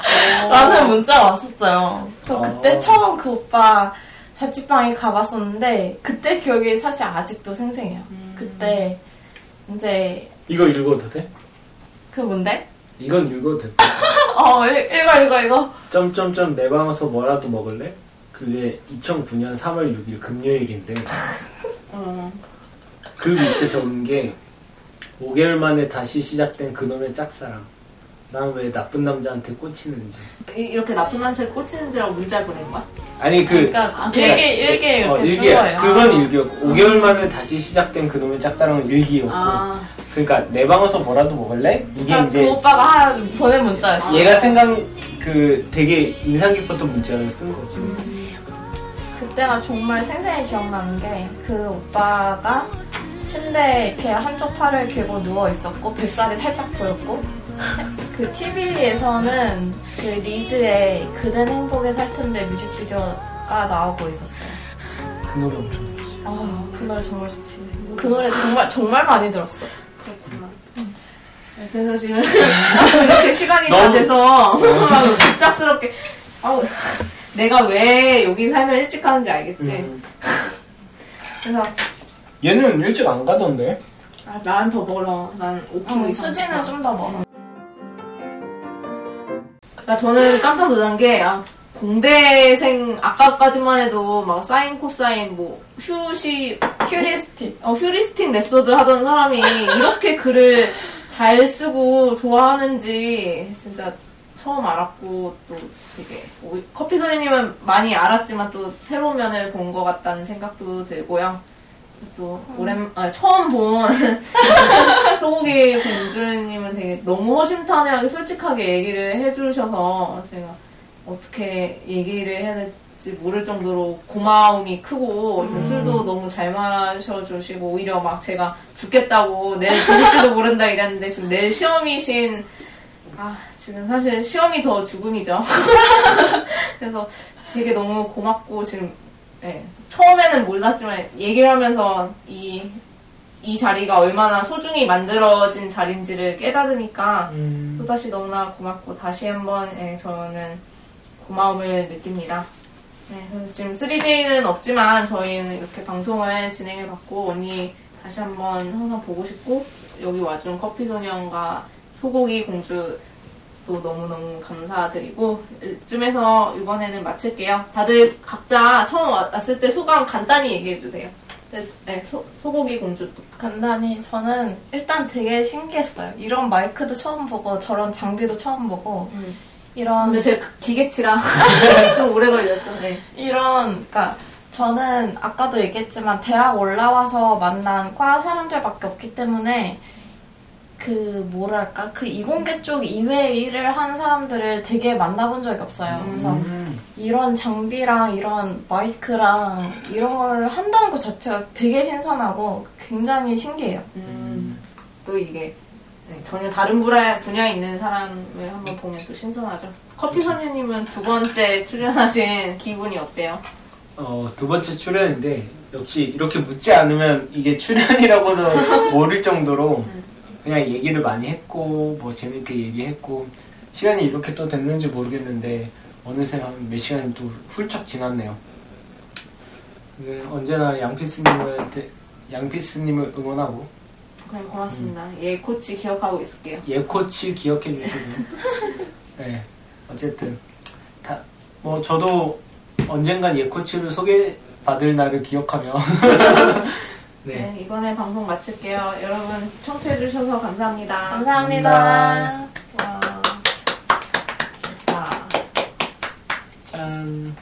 S2: 어.
S4: 라는 문자가 왔었어요. 그래서 그때
S5: 어.
S4: 처음 그 오빠 자취방에 가봤었는데 그때 기억이 사실 아직도 생생해요. 그때 이제
S5: 이거 읽어도 돼?
S4: 그 뭔데?
S5: 이건 읽어도 돼.
S4: 어 이- 이거 이거 이거
S5: 점점점 내 방에서 뭐라도 먹을래? 그게 2009년 3월 6일 금요일인데
S2: 어.
S5: 그 밑에 적은 게 5개월 만에 다시 시작된 그놈의 짝사랑. 난 왜 나쁜 남자한테 꽂히는지.
S2: 이- 이렇게 나쁜 남자를 꽂히는지라고 문자를 보낸 거야?
S5: 아니 그
S4: 그러니까 일기 일기
S5: 어,
S4: 이렇게 쓴
S5: 일기야.
S4: 거예요. 아. 그러니까
S5: 그건 일기였고 5개월 만에 다시 시작된 그놈의 짝사랑은 일기였고
S2: 아.
S5: 그러니까 내 방에서 뭐라도 먹을래? 이게
S4: 그러니까
S5: 이제 예.
S4: 그 오빠가 하 보낸 문자였어.
S5: 얘가 생각 그 되게 인상 깊었던 문자를 쓴 거지.
S4: 음. 그때가 정말 생생히 기억나는 게 그 오빠가 침대에 이렇게 한쪽 팔을 괴고 누워 있었고 뱃살이 살짝 보였고 그 TV에서는 그 리즈의 그댄 행복에 살 텐데 뮤직비디오가 나오고 있었어요.
S5: 그 노래 엄청.
S4: 아, 그 노래 정말 좋지. 그 노래 정말 정말 많이 들었어.
S2: 네, 그래서 지금 이렇게 시간이 다
S5: 너무-
S2: 돼서 막 갑작스럽게 아우 내가 왜 여기 살면 일찍 가는지 알겠지.
S5: 음.
S2: 그래서
S5: 얘는 일찍 안 가던데.
S2: 아, 난 더 멀어. 난 5km
S4: 음,
S2: 이상.
S4: 수지는 좀 더 멀어.
S2: 그러니까 저는 깜짝 놀란 게 아, 공대생 아까까지만 해도 막 사인 코사인 뭐 휴시
S4: 큐리스틱.
S2: 어, 휴리스틱 메소드 하던 사람이 이렇게 글을 잘 쓰고 좋아하는지 진짜 처음 알았고 또 되게 오- 커피 선생님은 많이 알았지만 또 새로운 면을 본 것 같다는 생각도 들고요. 또 오랜 아, 처음 본 소고기 공주님은 되게 너무 허심탄회하게 솔직하게 얘기를 해주셔서 제가 어떻게 얘기를 해야 될지 모를 정도로 고마움이 크고 술도 너무 잘 마셔주시고 오히려 막 제가 죽겠다고 내일 죽을지도 모른다 이랬는데 지금 내일 시험이신 아, 지금 사실 시험이 더 죽음이죠. 그래서 되게 너무 고맙고 지금 예, 처음에는 몰랐지만 얘기를 하면서 이, 이 자리가 얼마나 소중히 만들어진 자리인지를 깨달으니까
S4: 음.
S2: 또다시 너무나 고맙고 다시 한번 예, 저는 고마움을 느낍니다. 네, 그래서 지금 3J는 없지만 저희는 이렇게 방송을 진행해봤고 언니 다시 한번 항상 보고 싶고 여기 와준 커피소년과 소고기 공주 또 너무너무 감사드리고 이쯤에서 이번에는 마칠게요. 다들 각자 처음 왔을 때 소감 간단히 얘기해주세요. 네, 네, 소, 소고기 공주부터.
S4: 간단히 저는 일단 되게 신기했어요. 이런 마이크도 처음 보고 저런 장비도 처음 보고 이런
S2: 근데 제 기계치라 좀 오래 걸렸죠. 네.
S4: 이런 그러니까 저는 아까도 얘기했지만 대학 올라와서 만난 과 사람들밖에 없기 때문에 그 뭐랄까 그 이공계 쪽 이외의 일을 하는 사람들을 되게 만나본 적이
S2: 음.
S4: 없어요. 그래서
S5: 음.
S4: 이런 장비랑 이런 마이크랑 이런 걸 한다는 것 자체가 되게 신선하고 굉장히 신기해요.
S2: 음, 또 이게 네, 전혀 다른 분야, 분야에 있는 사람을 한번 보면 또 신선하죠. 커피
S5: 그렇죠.
S2: 선녀님은 두 번째 출연하신 기분이 어때요?
S5: 어, 두 번째 출연인데 역시 이렇게 묻지 않으면 이게 출연이라고도 모를 정도로 그냥 얘기를 많이 했고 뭐 재밌게 얘기했고 시간이 이렇게 또 됐는지 모르겠는데 어느새 한 몇 시간이 또 훌쩍 지났네요. 네, 언제나 양피스님한테 양피스님을 응원하고
S2: 그냥 고맙습니다.
S5: 음.
S2: 예, 코치 기억하고 있을게요.
S5: 예코치 기억해 주시고 네 어쨌든 다 뭐 저도 언젠간 예코치를 소개받을 날을 기억하며 네.
S2: 네, 이번에 방송 마칠게요. 여러분 청취해주셔서 감사합니다.
S4: 감사합니다.
S5: 감사합니다.
S2: 와. 자.
S5: 짠